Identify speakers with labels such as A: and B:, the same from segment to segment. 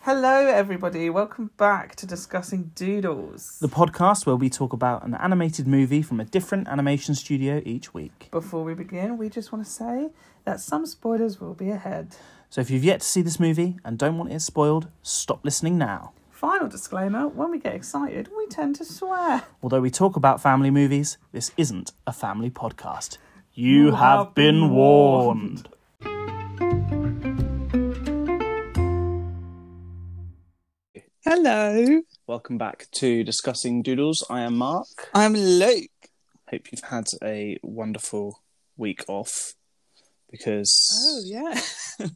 A: Hello, everybody. Welcome back to Discussing Doodles.
B: The podcast where we talk about an animated movie from a different animation studio each week.
A: Before we begin, we just want to say that some spoilers will be ahead.
B: So if you've yet to see this movie and don't want it spoiled, stop listening now.
A: Final disclaimer when we get excited, we tend to swear.
B: Although we talk about family movies, this isn't a family podcast. You, have, been warned.
A: Hello,
B: Welcome back to Discussing Doodles. I am Mark.
A: I'm Luke.
B: Hope you've had a wonderful week off
A: Oh,
B: because
A: yeah.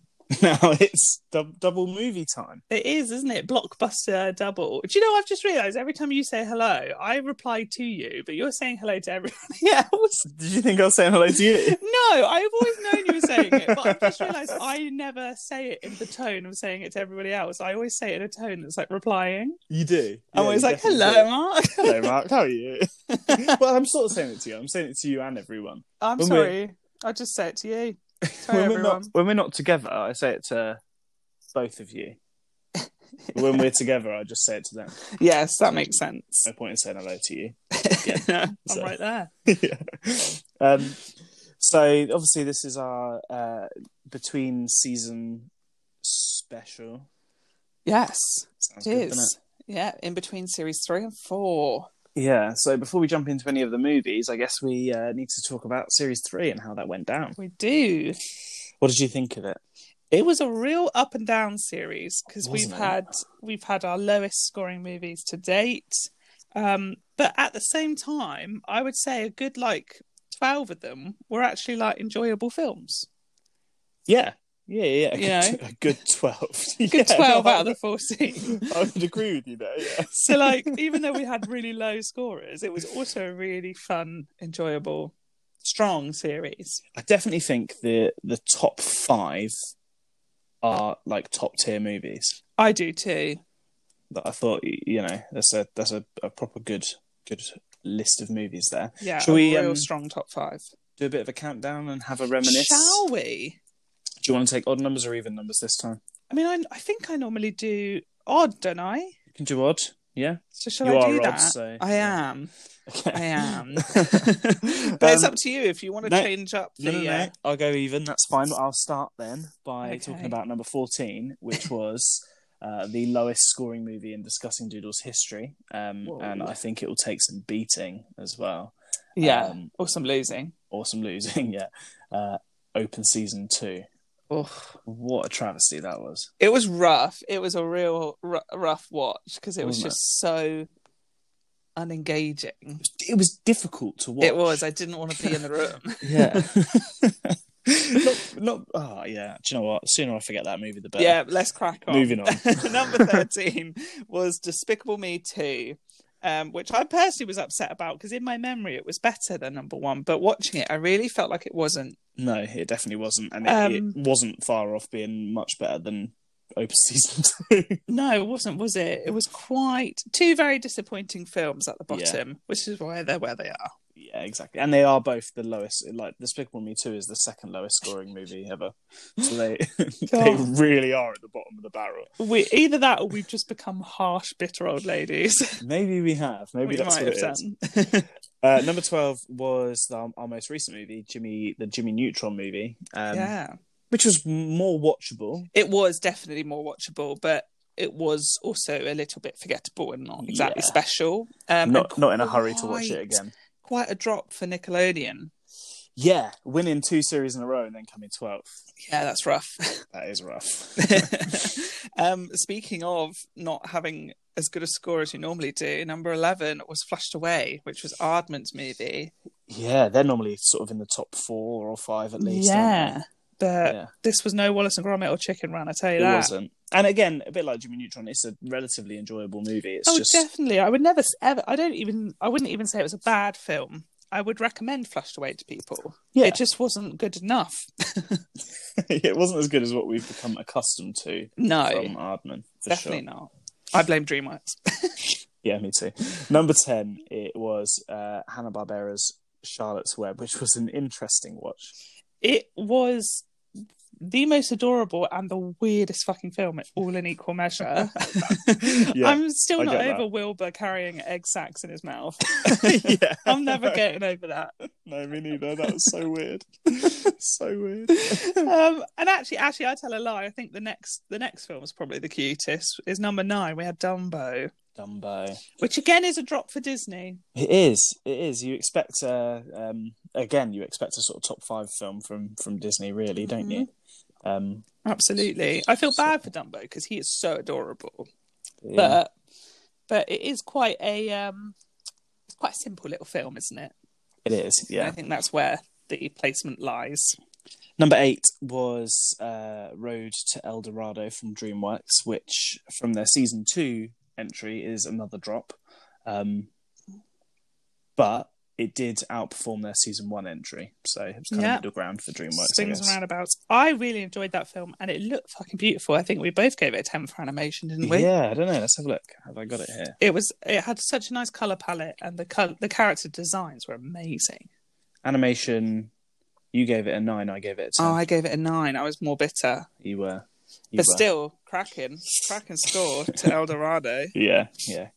B: now it's dub- double movie time.
A: It is, isn't it? Blockbuster double. Do you know, I've just realised every time you say hello, I reply to you, but you're saying hello to everybody else.
B: Did you think I was saying hello to you?
A: No, I've always known you were saying it, but I've just realised I never say it in the tone of saying it to everybody else. I always say it in a tone that's like replying.
B: you do.
A: I'm
B: Yeah,
A: always
B: you
A: like,
B: definitely
A: hello,
B: do.
A: Mark.
B: Hello, Mark. How are you? well, I'm sort of saying it to you. I'm saying it to you and everyone.
A: I'm
B: When we're-
A: sorry. I just say it to you. Sorry,
B: when we're
A: everyone.
B: not when we're not together, I say it to both of you. But when we're together, I just say it to them.
A: Yes, that makes sense.
B: No point in saying hello to you.
A: I'm
B: so-
A: right there.
B: yeah. Um, so obviously, this is our uh, between season special.
A: Yes,
B: Sounds
A: it
B: good, doesn't
A: is. Yeah, in between series three and four.
B: it? Yeah. So before we jump into any of the movies, I guess we uh, need to talk about series three and how that went down.
A: We do.
B: What did you think of it?
A: It was a real up and down series because we've
B: Wasn't it?
A: had we've had our lowest scoring movies to date, um, but at the same time, I would say a good like twelve of them were actually like enjoyable films.
B: Yeah. Yeah, yeah,
A: You
B: yeah.
A: know?
B: A good, a good twelve.
A: Good
B: Yeah,
A: twelve
B: no,
A: out of the fourteen.
B: I would agree with you there. Yeah.
A: so like, even though we had really low scorers, it was also a really fun, enjoyable, strong series.
B: I definitely think the the top five are like top tier movies
A: I do too.
B: that I thought y- you know that's a that's a, a proper good good list of movies there.
A: Yeah,
B: Shall
A: a
B: we,
A: real
B: um,
A: strong top five.
B: Do a bit of a countdown and have a reminisce.
A: Shall we?
B: Do you want to take odd numbers or even numbers this time?
A: I mean, I, I think I normally do odd, don't I?
B: You can do odd. Yeah,
A: So shall
B: you
A: I
B: are
A: do
B: odd.
A: that?
B: So
A: I am.
B: Okay. Um,
A: I am.
B: but
A: But it's up to you if you want to
B: no,
A: change up the.
B: No, no,
A: uh,
B: no. I'll go even. That's fine. I'll start then by
A: Okay.
B: talking about number 14, which was uh, the lowest scoring movie in Discussing Doodles history. Um,
A: Whoa.
B: and I think it will take some beating as well.
A: yeah,
B: Um,
A: or some losing.
B: or some losing, yeah. Uh, open season two.
A: Ugh.
B: What a travesty that was.
A: It was rough. It was a real r- rough watch because it was
B: Wasn't it?
A: just so unengaging.
B: It was difficult to watch.
A: It was. I didn't want to be in the room.
B: Yeah. not, not, oh, yeah. Do you know what? Sooner I forget that movie, the better.
A: yeah, let's crack on.
B: Moving on.
A: Number 13 was Despicable Me 2. Um, which I personally was upset about because in my memory it was better than number one, but watching it, I really felt like it wasn't.
B: No, it definitely wasn't, and it,
A: Um,
B: it wasn't far off being much better than Open Season Two.
A: No, it wasn't, was it? It was quite two very disappointing films at the
B: Yeah.
A: bottom, which is why they're where they are.
B: yeah, exactly, and they are both the lowest. Like Despicable Me Two is the second lowest scoring movie ever, so they they
A: God.
B: really are at the bottom of the barrel.
A: We either that or we've just become harsh, bitter old ladies.
B: Maybe we have. Maybe
A: we
B: that's
A: might
B: what it
A: have
B: is.
A: done.
B: Uh, number twelve was um, our most recent movie, Jimmy the Jimmy Neutron movie, um,
A: yeah,
B: which was more watchable.
A: it was definitely more watchable, but it was also a little bit forgettable and not exactly
B: Yeah.
A: special. Um,
B: Not
A: and
B: not in a hurry to watch it
A: quite-
B: again.
A: Quite a drop for Nickelodeon.
B: Yeah, winning two series in a row and then coming twelfth.
A: Yeah, that's rough.
B: That is rough.
A: um, speaking of not having as good a score as you normally do, number 11 was Flushed Away, which was Ardman's movie.
B: Yeah, they're normally sort of in the top four or five at least. aren't they?
A: um, But
B: yeah,
A: this was no Wallace and Gromit or Chicken Run, I tell you
B: it
A: Uh, that.
B: wasn't. And again, a bit like Jimmy Neutron, it's a relatively enjoyable movie. It's
A: oh,
B: just
A: definitely. I would never, s- ever, I don't even, I wouldn't even say it was a bad film. I would recommend Flushed Away to people.
B: Yeah.
A: It just wasn't good enough.
B: it wasn't as good as what we've become accustomed to
A: No,
B: from Ardman.
A: Oh,
B: For
A: definitely
B: sure.
A: not. I blame DreamWorks.
B: Yeah, me too. Number ten, it was uh, Hanna Barbera's Charlotte's Web, which was an interesting watch.
A: It was the most adorable and the weirdest fucking film all in equal measure.
B: Yeah,
A: I'm still
B: I
A: not
B: get
A: over Wilbur carrying egg sacks in his mouth.
B: yeah.
A: I'm never getting over that.
B: No, me neither. That was so weird. so weird.
A: Um, and actually, actually, I tell a lie. I think the next the next film is probably the cutest. Is number nine. We had Dumbo,
B: Dumbo.
A: which again is a drop for Disney.
B: It is. It is. You expect uh um again, you expect a sort of top five film from from Disney, really, don't you?
A: Mm-hmm.
B: Um,
A: Absolutely, I feel bad for Dumbo because he is so adorable.
B: yeah.
A: But uh, but it is quite a um, it's quite a simple little film, isn't it?
B: it is.
A: And
B: Yeah.
A: I think that's where the placement lies.
B: Number eight was uh, Road to El Dorado from DreamWorks, which from their season two entry is another drop. Um, but it did outperform their season one entry. So it was kind
A: Yeah.
B: of middle ground for DreamWorks.
A: Swings
B: I guess.
A: and roundabouts. I really enjoyed that film, and it looked fucking beautiful. I think we both gave it a ten for animation, didn't we?
B: Yeah, I don't know. Let's have a look. Have I got it here?
A: It was. It had such a nice color palette, and the col- the character designs were amazing.
B: Animation, you gave it a nine, I gave it a 10.
A: Oh, I gave it a nine. I was more bitter,
B: You were. You
A: but
B: were.
A: still cracking, cracking score to El Dorado.
B: Yeah, yeah.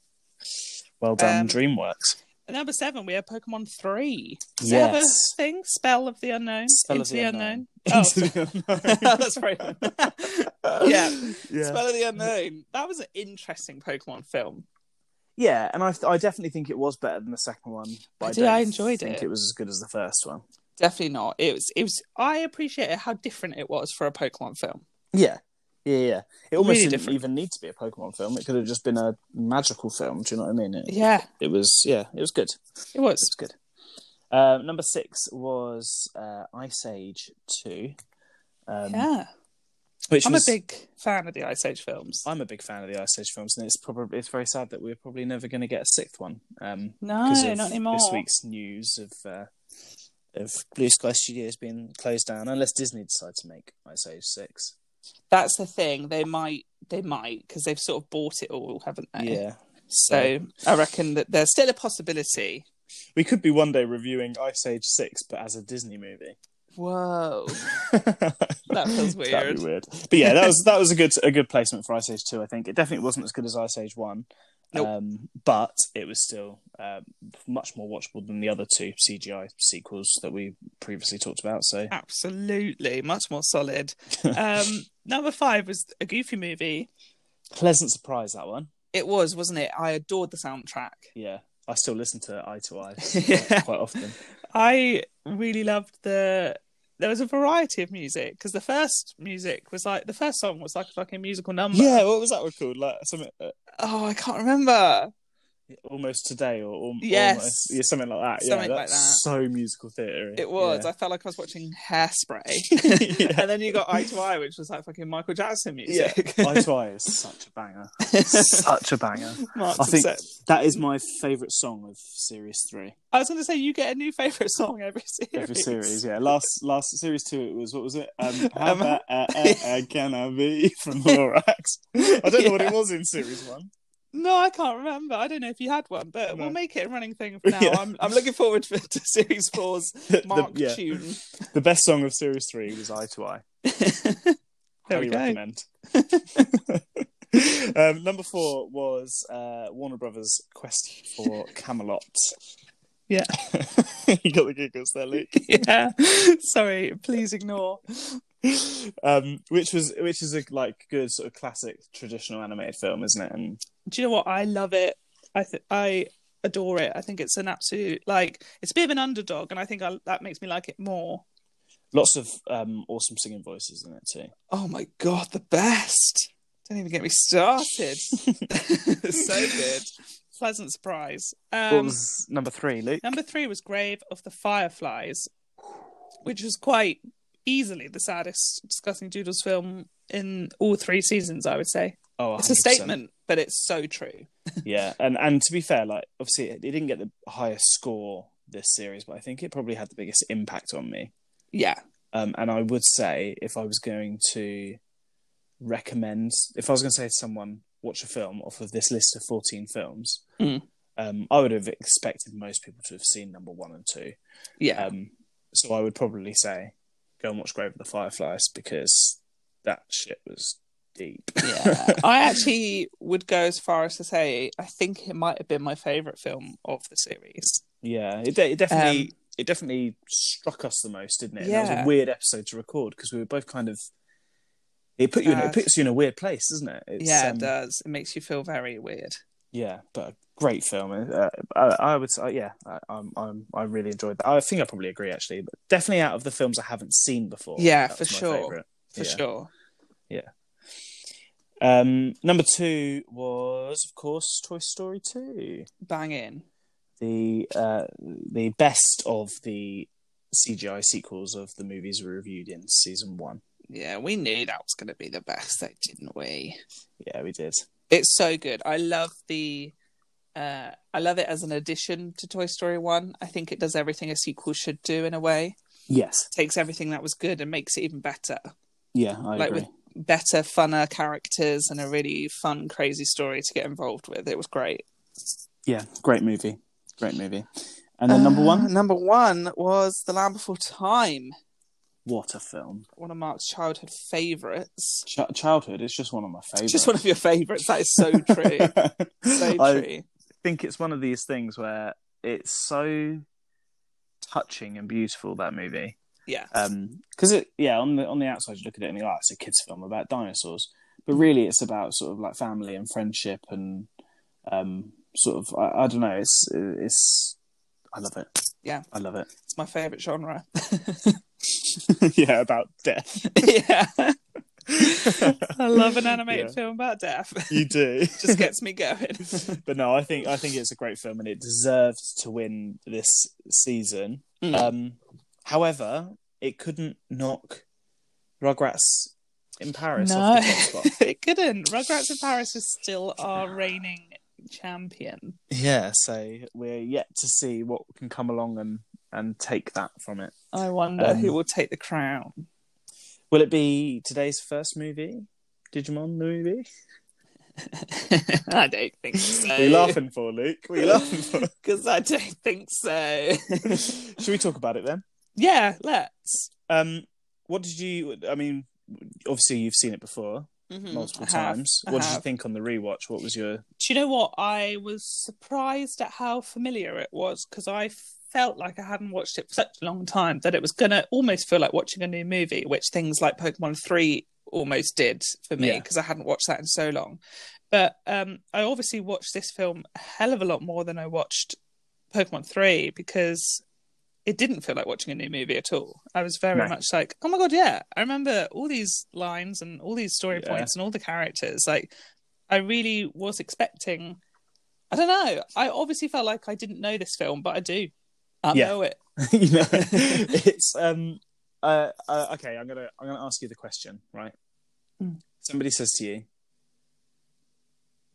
B: Well done,
A: Um,
B: DreamWorks.
A: At number seven, we have Pokemon Three. Does it have a
B: Yes.
A: thing? Spell of the unknown.
B: Spell
A: Into
B: of the
A: the
B: unknown.
A: unknown. Oh,
B: That's
A: that's right.
B: yeah. yeah.
A: Spell of the unknown. That was an interesting Pokemon film.
B: Yeah, and I, I definitely think it was better than the second one. But
A: I
B: I
A: do,
B: don't
A: I enjoyed
B: think
A: it.
B: it was as good as the first one.
A: Definitely not. It was. It was. I appreciated how different it was for a Pokemon film.
B: Yeah, yeah, yeah. It almost
A: Really
B: didn't
A: different.
B: even need to be a Pokemon film. It could have just been a magical film. Do you know what I mean? It,
A: Yeah,
B: it was. Yeah, it was good.
A: it
B: It
A: was.
B: was good. Uh, number six was uh, Ice Age Two, um,
A: yeah,
B: which
A: I'm
B: was-
A: a big fan of the Ice Age films.
B: I'm a big fan of the Ice Age films, and it's probably it's very sad that we're probably never going to get a sixth one. Um,
A: No,
B: because
A: not anymore.
B: This week's news of uh, of Blue Sky Studios being closed down, unless Disney decide to make Ice Age six.
A: That's the thing. They might. They might because they've sort of bought it all, haven't they?
B: Yeah,
A: So I reckon that there's still a possibility.
B: we could be one day reviewing Ice Age six, but as a Disney movie.
A: Whoa.
B: that
A: feels
B: That'd
A: weird.
B: be weird. But yeah, that was that was a good a good placement for Ice Age two. I think it definitely wasn't as good as Ice Age one.
A: Nope.
B: Um, but it was still um, much more watchable than the other two CGI sequels that we previously talked about. So
A: Absolutely, much more solid. Um, number five was a goofy movie.
B: pleasant surprise that one.
A: It was, wasn't it? I adored the soundtrack.
B: Yeah, I still listen to it Eye to Eye
A: Yeah.
B: quite often.
A: I really loved the. There was a variety of music because the first music was like the first song was like a fucking musical number.
B: Yeah, what was that one called? Like something uh,
A: Oh, I can't remember.
B: almost today or, or
A: Yes.
B: almost, yeah, something like that.
A: Something
B: yeah,
A: like
B: that's
A: that.
B: So musical theatre.
A: It was. I felt like I was watching Hairspray.
B: Yeah.
A: And then you got Eye to Eye, which was like fucking Michael Jackson
B: Yeah,
A: music.
B: Eye to Eye is such a banger. such a banger.
A: Mark's
B: I think-
A: upset.
B: That is my favourite song of series three.
A: I was going to say you get a new favorite song every series.
B: Every series, yeah. Last last series two, it was what was it? Um, how
A: Um,
B: about, uh, uh, uh, can I be from Lorax? I don't know what it was in series one.
A: No, I can't remember. I don't know if you had one, but
B: No.
A: we'll make it a running thing for now.
B: Yeah.
A: I'm I'm looking forward to, to series four's
B: The-
A: Mark
B: yeah,
A: tune.
B: the best song of series three was Eye to Eye.
A: there we
B: Highly
A: go.
B: recommend. um, number four was uh, Warner Brothers' Quest for Camelot.
A: Yeah.
B: you got the giggles there, Luke.
A: Yeah. Sorry, please ignore.
B: um, which was which is a like good sort of classic traditional animated film, isn't it? And
A: Do you know what? I love it. I th- I adore it. I think it's an absolute like it's a bit of an underdog, and I think I, that makes me like it more.
B: lots of um, awesome singing voices in it too.
A: Oh my god, the best! Don't even get me started. so good. Pleasant surprise.
B: what
A: Um,
B: was number three, Luke?
A: Number three was Grave of the Fireflies, which was quite easily the saddest discussing Doodles film in all three seasons, I would say.
B: oh,
A: It's a
B: 100%.
A: statement, but it's so true.
B: yeah, and and to be fair, like obviously it, it didn't get the highest score this series, but I think it probably had the biggest impact on me.
A: Yeah.
B: Um, and I would say if I was going to recommend, if I was going to say to someone, watch a film off of this list of 14 films,
A: Mm.
B: um, I would have expected most people to have seen number one and two.
A: Yeah.
B: Um, so I would probably say go and watch Grave of the Fireflies because that shit was deep.
A: Yeah. Um, I actually would go as far as to say I think it might have been my favourite film of the series.
B: Yeah, it, de- it definitely
A: Um,
B: it definitely struck us the most, didn't it? And That was
A: Yeah.
B: a weird episode to record because we were both kind of. It put you in, it
A: Sad.
B: puts you in a weird place, doesn't it? It's,
A: yeah,
B: um,
A: it does. It makes you feel very weird.
B: yeah, but a great film. Uh, I, I would say, yeah, I, I'm, I'm, I really enjoyed that. I think I probably agree actually, but definitely out of the films I haven't seen before.
A: Yeah,
B: that
A: for
B: was my
A: sure.
B: favourite.
A: For
B: Yeah.
A: sure.
B: Um, number two was, of course, Toy Story Two,
A: Bang in.
B: the uh, the best of the CGI sequels of the movies we reviewed in season one.
A: Yeah, we knew that was going to be the best, though, didn't we?
B: Yeah, we did.
A: It's so good. I love the. Uh, I love it as an addition to Toy Story One. I think it does everything a sequel should do in a way.
B: Yes.
A: Takes everything that was good and makes it even better.
B: Yeah, I
A: Like
B: agree.
A: with- Better, funner characters and a really fun, crazy story to get involved with. It was great.
B: Yeah, great movie. Great movie. And then number
A: Uh,
B: one,
A: Number one was The Land Before Time,
B: what a film.
A: one of Mark's childhood favourites.
B: Ch- childhood is just one of my favorites.
A: Just one of your favourites. That is so true. so true.
B: I think it's one of these things where it's so touching and beautiful that movie.
A: yeah.
B: Um, because it, yeah, on the on the outside you look at it and you're like, "Oh, it's a kids' film about dinosaurs, but really it's about sort of like family and friendship and um, sort of I, I don't know. It's it's I love it.
A: Yeah.
B: I love it.
A: it's my favourite genre.
B: yeah, about death.
A: yeah. I love an animated
B: Yeah.
A: film about death.
B: You do.
A: Just gets me going.
B: but no, I think I think it's a great film and it deserved to win this season.
A: Mm.
B: Um, however, it couldn't knock Rugrats in Paris
A: no,
B: off the top spot.
A: it couldn't. Rugrats in Paris is still our reigning champion.
B: yeah, so we're yet to see what can come along and and take that from it.
A: I wonder
B: Um,
A: who will take the crown.
B: Will it be today's first movie? Digimon the movie?
A: I don't think so.
B: What are you laughing for, Luke? What are you laughing for?
A: Because I don't think so.
B: Should we talk about it then?
A: yeah, let's.
B: Um, what did you? I mean, obviously you've seen it before.
A: Mhm,
B: multiple
A: I have,
B: times.
A: I
B: What did you
A: have.
B: think on the rewatch? What was your
A: Do you know what? I was surprised at how familiar it was because I felt like I hadn't watched it for such a long time that it was going to almost feel like watching a new movie, which things like Pokemon 3 almost did for me
B: Yeah.
A: because I hadn't watched that in so long. But um, I obviously watched this film a hell of a lot more than I watched Pokemon 3 because it didn't feel like watching a new movie at all. I was very
B: No.
A: much like, oh my God, yeah, I remember all these lines and all these story
B: Yeah.
A: points and all the characters. Like, I really was expecting. I don't know. I obviously felt like I didn't know this film, but I do. I
B: Yeah.
A: know it.
B: you know it's um uh, uh okay, I'm going to I'm going to ask you the question, right?
A: Hmm.
B: Somebody says to you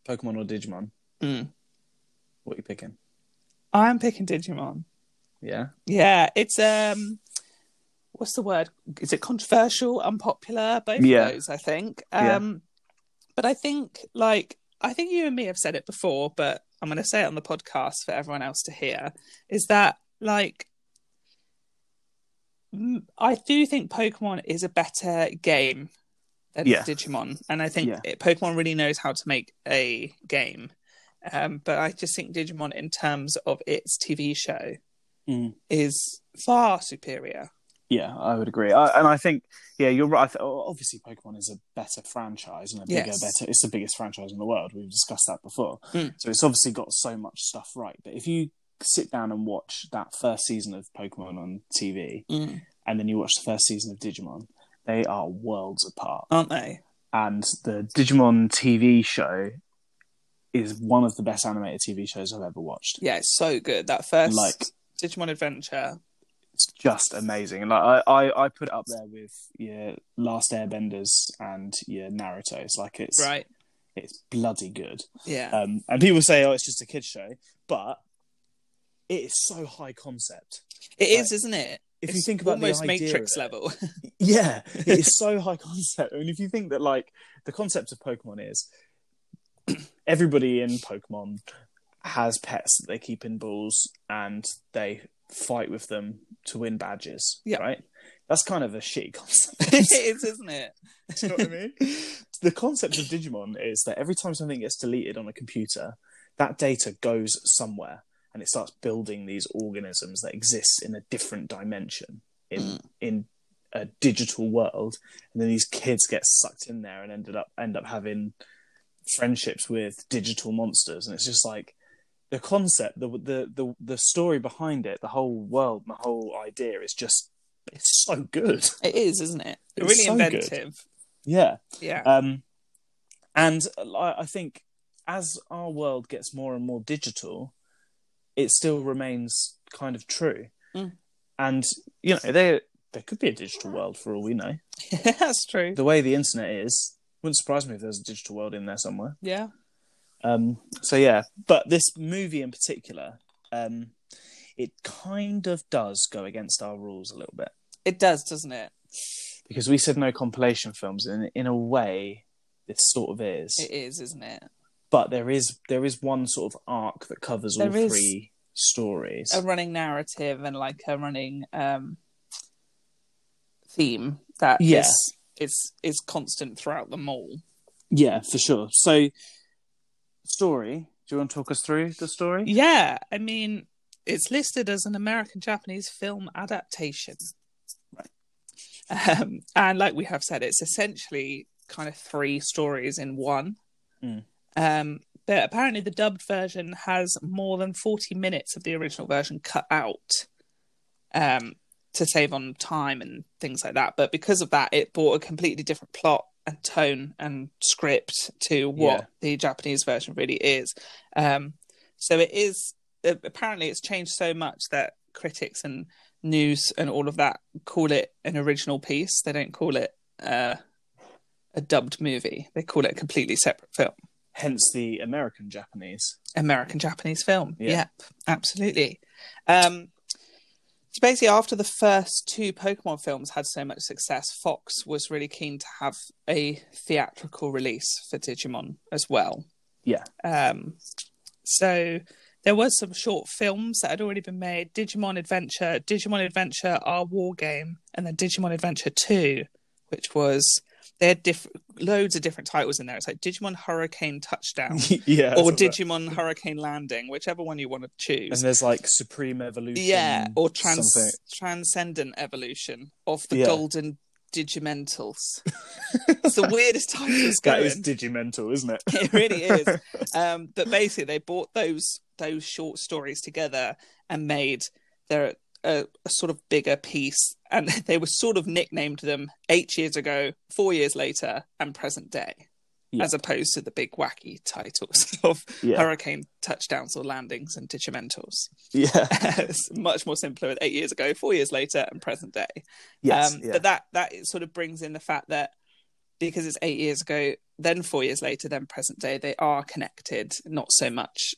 B: Pokemon or Digimon?
A: Hmm.
B: What are you picking?
A: I'm picking Digimon.
B: Yeah.
A: Yeah, it's um, what's the word? Is it controversial, unpopular? Both
B: Yeah.
A: of those, I think.
B: Yeah.
A: Um, but I think like I think you and me have said it before, but I'm going to say it on the podcast for everyone else to hear. Is that like m- I do think Pokemon is a better game than
B: Yeah.
A: Digimon, and I think
B: Yeah.
A: it, Pokemon really knows how to make a game. Um, but I just think Digimon, in terms of its TV show,
B: Mm.
A: is far superior.
B: Yeah, I would agree. I, and I think yeah, you're right. I th- obviously Pokemon is a better franchise and a bigger
A: Yes.
B: better it's the biggest franchise in the world. We've discussed that before.
A: Hmm.
B: So it's obviously got so much stuff right. But if you sit down and watch that first season of Pokemon on TV, and then you watch the first season of Digimon, they are worlds apart.
A: Aren't they?
B: And the Digimon TV show is one of the best animated TV shows I've ever watched.
A: Yeah, it's so good. That first
B: Like-
A: Digimon Adventure.
B: It's just amazing. And like, I, I, I put it up there with your Last Airbenders and your Naruto's. Like it's
A: Right.
B: it's bloody good.
A: Yeah.
B: Um, and people say, oh, it's just a kids show, but it is so high concept.
A: it is, isn't it?
B: If you
A: It's
B: think about the
A: almost
B: idea of
A: Matrix
B: it-
A: level.
B: Yeah, it's so high concept. I mean, if you think that like the concept of Pokemon is everybody in Pokemon has pets that they keep in balls and they fight with them to win badges,
A: Yeah.
B: right? That's kind of a shitty concept.
A: it is, isn't it?
B: Do you know what I mean? the concept of Digimon is that every time something gets deleted on a computer, that data goes somewhere and it starts building these organisms that exist in a different dimension in in a digital world. And then these kids get sucked in there and ended up end up having friendships with digital monsters. And it's just like the concept, the the the, the story behind it, the whole world, my whole idea is just it's so good.
A: It is, isn't it?
B: It's
A: really
B: so good.
A: inventive.
B: Yeah.
A: Yeah.
B: Um, and I I think as our world gets more and more digital, it still remains kind of true.
A: Mm.
B: And you know, there there could be a digital world for all we know.
A: That's true.
B: The way the internet is, wouldn't surprise me if there's a digital world in there somewhere.
A: Yeah.
B: Um, so yeah, but this movie in particular, um, it kind of does go against our rules a little bit
A: It does, doesn't it?
B: because we said no compilation films, and in a way, this sort of is.
A: It is, isn't it?
B: but there is there is one sort of arc that covers all
A: There is.
B: three stories.
A: A running narrative and like a running um theme that is
B: Yeah.
A: is is constant throughout them all.
B: Yeah, for sure. So, story. Do you want to talk us through the story?
A: Yeah, I mean, it's listed as an American Japanese film adaptation. Um, and like we have said, it's essentially kind of three stories in one.
B: Mm.
A: Um, but apparently, the dubbed version has more than 40 minutes of the original version cut out um, to save on time and things like that. But because of that, it brought a completely different plot and tone and script to what
B: Yeah.
A: the Japanese version really is. Um, so it is uh, apparently it's changed so much that critics and news and all of that call it an original piece. They don't call it uh, a dubbed movie. They call it a completely separate film.
B: Hence the American Japanese.
A: American Japanese film.
B: Yeah.
A: Yep, absolutely. Um, so basically, after the first two Pokemon films had so much success, Fox was really keen to have a theatrical release for Digimon as well.
B: Yeah.
A: Um, so there was some short films that had already been made: Digimon Adventure, Digimon Adventure: Our War Game, and then Digimon Adventure Two, which was they had diff- loads of different titles in there. It's like Digimon Hurricane Touchdown or
B: yeah. that's what
A: Digimon Hurricane Landing, whichever one you want to
B: that- And
A: choose.
B: there's like Supreme Evolution.
A: Yeah, or trans-
B: something.
A: Transcendent Evolution of the
B: Yeah.
A: Golden Digimentals. it's the weirdest title it's
B: That
A: going.
B: is Digimental, isn't it?
A: it really is. Um, but basically, they brought those those short stories together and made their a, a sort of bigger piece. And they were sort of nicknamed them eight years ago, four years later, and present day,
B: Yeah.
A: as opposed to the big wacky titles of
B: Yeah.
A: hurricane touchdowns or landings and digimentals.
B: yeah.
A: it's much more simpler with eight years ago, four years later, and present day.
B: Yes.
A: Um,
B: yeah.
A: But that that it sort of brings in the fact that because it's eight years ago, then four years later, then present day, they are connected, not so much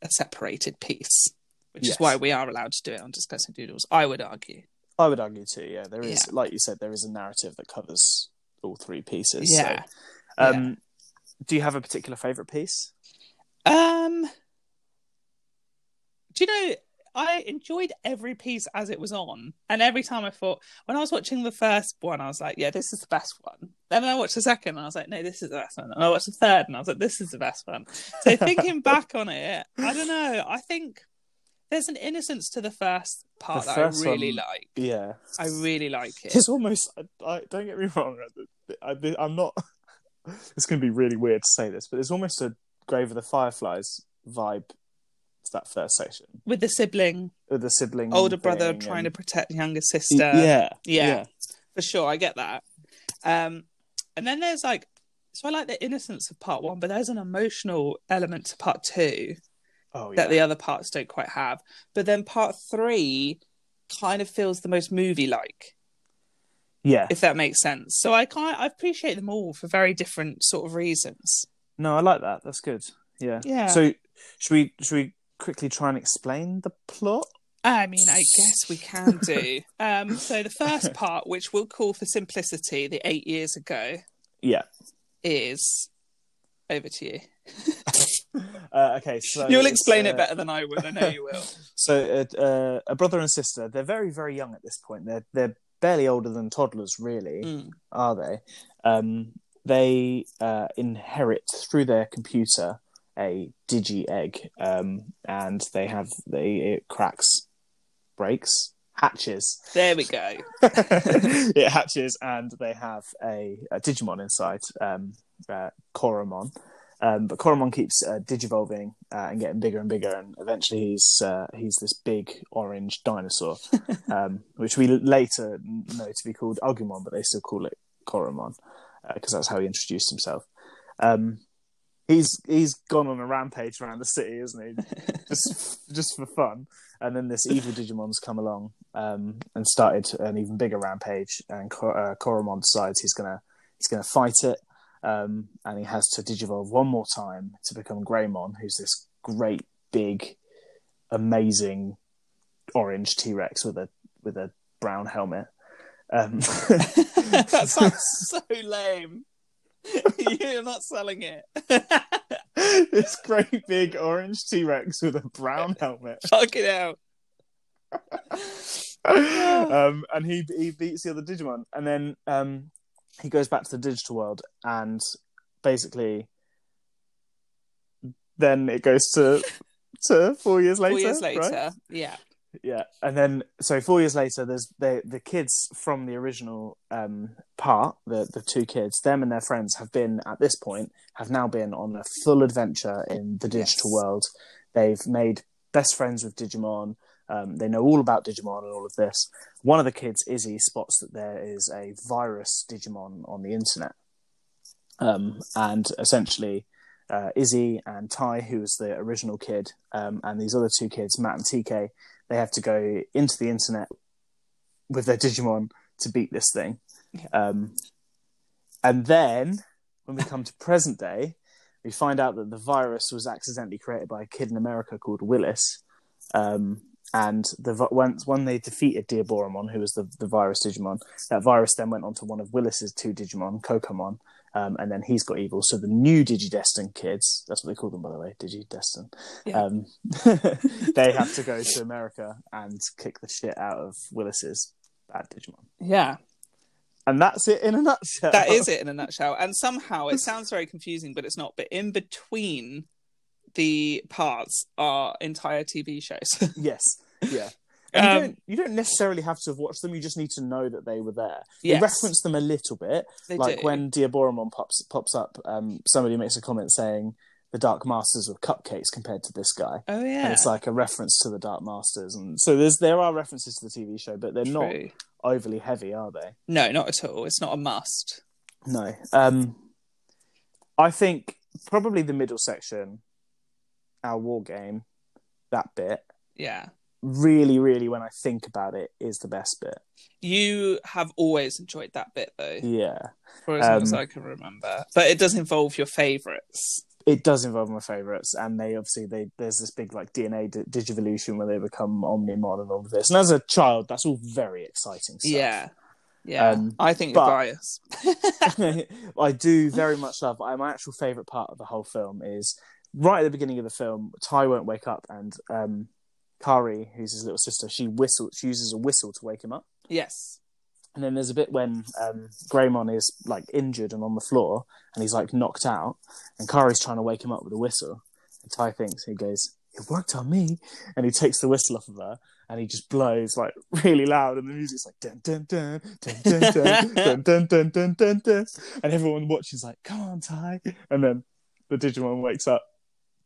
A: a separated piece, which
B: Yes.
A: is why we are allowed to do it on discussing doodles. I would argue.
B: I would argue too. Yeah, there is, like you said, there is a narrative that covers all three pieces. so-
A: Yeah.
B: um, Do you have a particular favorite piece?
A: Um, do you know? I enjoyed every piece as it was on, and every time I thought, when I was watching the first one, I was like, "Yeah, this is the best one." Then I watched the second, and I was like, "No, this is the best one." And I watched the third, and I was like, "This is the best one." So thinking back on it, I don't know. I think there's an innocence to the first part
B: The
A: that
B: first
A: I really
B: one-
A: like.
B: Yeah.
A: I really like it.
B: It's almost. I, I, don't get me wrong. I, I, I'm not. It's going to be really weird to say this, but there's almost a Grave of the Fireflies vibe to that first section
A: With the sibling,
B: with the sibling,
A: older brother
B: thing
A: trying to
B: and-
A: protect younger sister.
B: Yeah,
A: yeah. for sure. I get that. Um, and then there's like, so I like the innocence of part one, but there's an emotional element to part two
B: Oh yeah.
A: that the other parts don't quite have. But then part three kind of feels the most movie like,
B: yeah.
A: if that makes sense. So I kind I appreciate them all for very different sort of reasons.
B: No, I like that. That's good. Yeah.
A: Yeah.
B: So should we should we quickly try and explain the plot?
A: I mean, I guess we can do. um, so the first part, which we'll call for simplicity, the eight years ago,
B: Yeah.
A: is over to you.
B: Uh, okay. So
A: You'll
B: it's,
A: explain
B: uh,
A: it better than I will. I know you will.
B: So uh, uh, a brother and sister, they're very very young at this point. They're they're barely older than toddlers, really,
A: Mm.
B: are they? Um, they uh, inherit through their computer a digi egg, um, and they have they it cracks, breaks, hatches.
A: There we go.
B: it hatches, and they have a, a Digimon inside, um, uh, Koromon. Um, but Koromon keeps uh, digivolving uh, and getting bigger and bigger, and eventually he's uh, he's this big orange dinosaur, um, which we later know to be called Agumon, but they still call it Koromon because that's how he introduced himself. Um, he's he's gone on a rampage around the city, isn't he? just just for fun. And then this evil Digimon's come along um, and started an even bigger rampage. And Kor- uh, Koromon decides he's gonna he's gonna fight it. Um, and he has to digivolve one more time to become Greymon, who's this great big, amazing orange T Rex with a with a brown helmet. Um,
A: that sounds so lame. You're not selling it.
B: this great big orange T Rex with a brown helmet.
A: Fuck it out.
B: um, and he he beats the other Digimon, and then um, he goes back to the digital world, and basically, then it goes to to four years later.
A: Four years
B: right?
A: later. Yeah.
B: yeah. And then so four years later, there's the the kids from the original um, part, the the two kids, them and their friends have been at this point have now been on a full adventure in the digital
A: Yes.
B: world. They've made best friends with Digimon. Um, they know all about Digimon and all of this. One of the kids, Izzy, spots that there is a virus Digimon on the internet. Um, and essentially, uh, Izzy and Ty, who was the original kid, um, and these other two kids, Matt and TK, they have to go into the internet with their Digimon to beat this thing.
A: Yeah.
B: Um, and then, when we come to present day, we find out that the virus was accidentally created by a kid in America called Willis. Um, and the vi- once when they defeated Diaboromon, who was the, the virus Digimon, that virus then went on to one of Willis's two Digimon, Kokomon, um, and then he's got evil. So the new Digidestin kids, that's what they call them, by the way, Digidestin,
A: Yeah.
B: um, they have to go to America and kick the shit out of Willis's bad Digimon.
A: Yeah.
B: And that's it in a nutshell.
A: That is it in a nutshell. And somehow it sounds very confusing, but it's not. But in between the parts are entire TV shows.
B: Yes. Yeah. And you,
A: um,
B: don't, you don't necessarily have to have watched them. You just need to know that they were there.
A: yes,
B: They reference them a little bit,
A: they
B: like
A: do.
B: when Diaboromon pops pops up. Um, somebody makes a comment saying the Dark Masters were cupcakes compared to this guy,
A: Oh yeah,
B: and it's like a reference to the Dark Masters. And so there's there are references to the TV show, but they're not
A: True.
B: overly heavy, are they?
A: No, not at all. It's not a must.
B: No. Um, I think probably the middle section, our war game, that bit
A: Yeah.
B: really, really, when I think about it, is the best bit.
A: You have always enjoyed that bit though,
B: Yeah.
A: for as long as
B: Um,
A: I can remember. But it does involve your favourites.
B: it does involve my favorites and they obviously they there's this big like dna d- digivolution where they become omnimon and all of this and as a child that's all very exciting stuff
A: Yeah. Yeah.
B: Um,
A: I think you're
B: but-
A: biased.
B: i do very much love I, my actual favorite part of the whole film is right at the beginning of the film ty won't wake up and um kari who's his little sister she whistles she uses a whistle to wake him up
A: yes.
B: and then there's a bit when um, Greymon is like injured and on the floor, and he's like knocked out, and Kari's trying to wake him up with a whistle. And Ty thinks he goes, "It worked on me," and he takes the whistle off of her, and he just blows like really loud, and the music's like dun dun dun dun dun dun dun dun dun dun dun, dun. and everyone watching's like, "Come on, Ty!" And then the Digimon wakes up.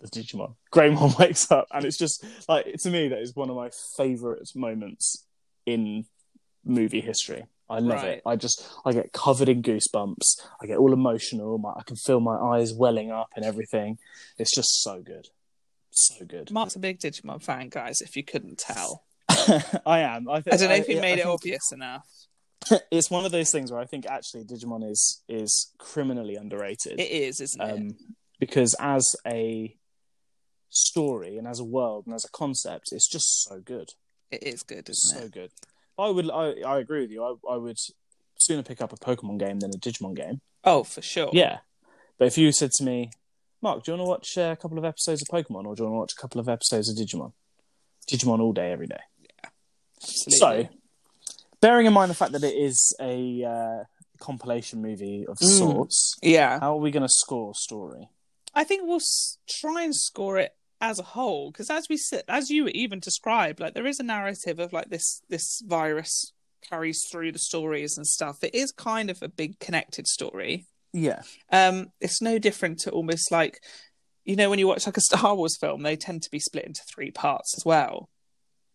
B: The Digimon, Greymon wakes up, and it's just like to me that is one of my favorite moments in movie history. I love
A: Right.
B: it. I just I get covered in goosebumps. I get all emotional. My, I can feel my eyes welling up and everything. It's just so good, so good.
A: Mark's a big Digimon fan, guys, if you couldn't tell.
B: I am. I, th-
A: I don't know if you
B: Uh, I-
A: made
B: I
A: it
B: think
A: obvious enough.
B: It's one of those things where I think actually Digimon is is criminally underrated.
A: It is, isn't it?
B: um, because as a story and as a world and as a concept, it's just so good.
A: It is good,
B: It's
A: isn't
B: so
A: it?
B: good. I would. I, I agree with you. I, I would sooner pick up a Pokemon game than a Digimon game.
A: Oh, for sure.
B: Yeah, but if you said to me, Mark, do you want to watch uh, a couple of episodes of Pokemon, or do you want to watch a couple of episodes of Digimon? Digimon all day, every day.
A: Absolutely.
B: So, bearing in mind the fact that it is a uh, compilation movie of
A: Mm.
B: sorts,
A: Yeah.
B: how are we going to score story?
A: I think we'll s- try and score it as a whole because as we sit, as you even described, like there is a narrative of like this this virus carries through the stories and stuff. It is kind of a big connected story.
B: Yeah,
A: Um, it's no different to almost like you know when you watch like a Star Wars film, they tend to be split into three parts as well.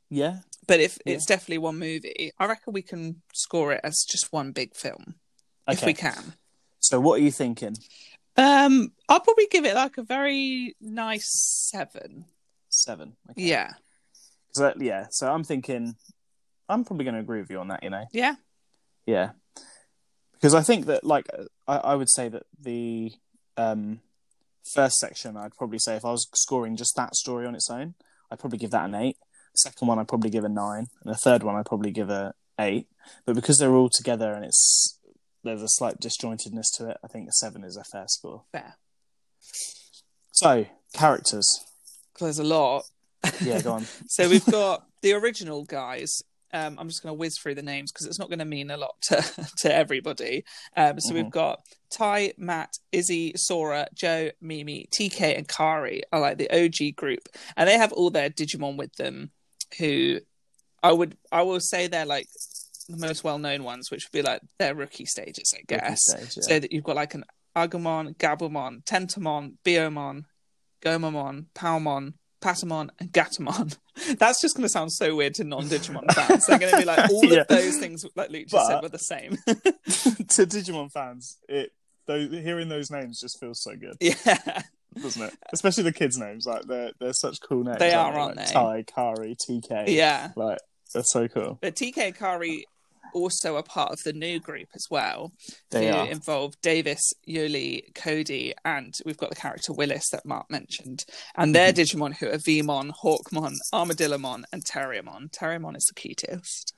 B: yeah,
A: But if
B: Yeah.
A: it's definitely one movie, I reckon we can score it as just one big film if
B: okay.
A: we can.
B: So, what are you thinking?
A: Um, I'll probably give it like a very nice seven.
B: Seven. Okay.
A: Yeah.
B: So, yeah. So I'm thinking, I'm probably going to agree with you on that. You know.
A: Yeah.
B: Yeah. Because I think that, like, I, I would say that the um, first section, I'd probably say if I was scoring just that story on its own, I'd probably give that an eight. Second one, I'd probably give a nine, and the third one, I'd probably give a eight. But because they're all together and it's there's a slight disjointedness to it, I think a seven is a fair score.
A: Fair.
B: So characters,
A: because there's a lot.
B: yeah, go on.
A: So we've got the original guys. Um, I'm just going to whiz through the names because it's not going to mean a lot to, to everybody. Um, so we've got Ty, Matt, Izzy, Sora, Joe, Mimi, TK, and Kari are like the OG group, and they have all their Digimon with them. Who I would I will say they're like the most well known ones, which would be like their rookie stages, I guess.
B: Stage, yeah.
A: So that you've got like an Agumon, Gabumon, Tentamon, Biomon, Gomamon, Palmon, Patamon, and Gatamon. That's just going to sound so weird to non Digimon fans. They're going to be like, all
B: Yeah.
A: of those things, like Luke just said,
B: But-
A: were the same.
B: to Digimon fans, it those, hearing those names just feels so good.
A: yeah.
B: doesn't it? Especially the kids' names, like they're they're such cool names.
A: They are,
B: like,
A: aren't
B: Ty, Kari, TK.
A: Yeah.
B: like they're so cool.
A: But TK and Kari also are part of the new group as well.
B: They
A: who
B: are.
A: involve Davis, Yuli, Cody, and we've got the character Willis that Mark mentioned. And
B: Mhm.
A: their Digimon who are Vmon, Hawkmon, Armadillomon, and Terriamon. Terriamon is the cutest.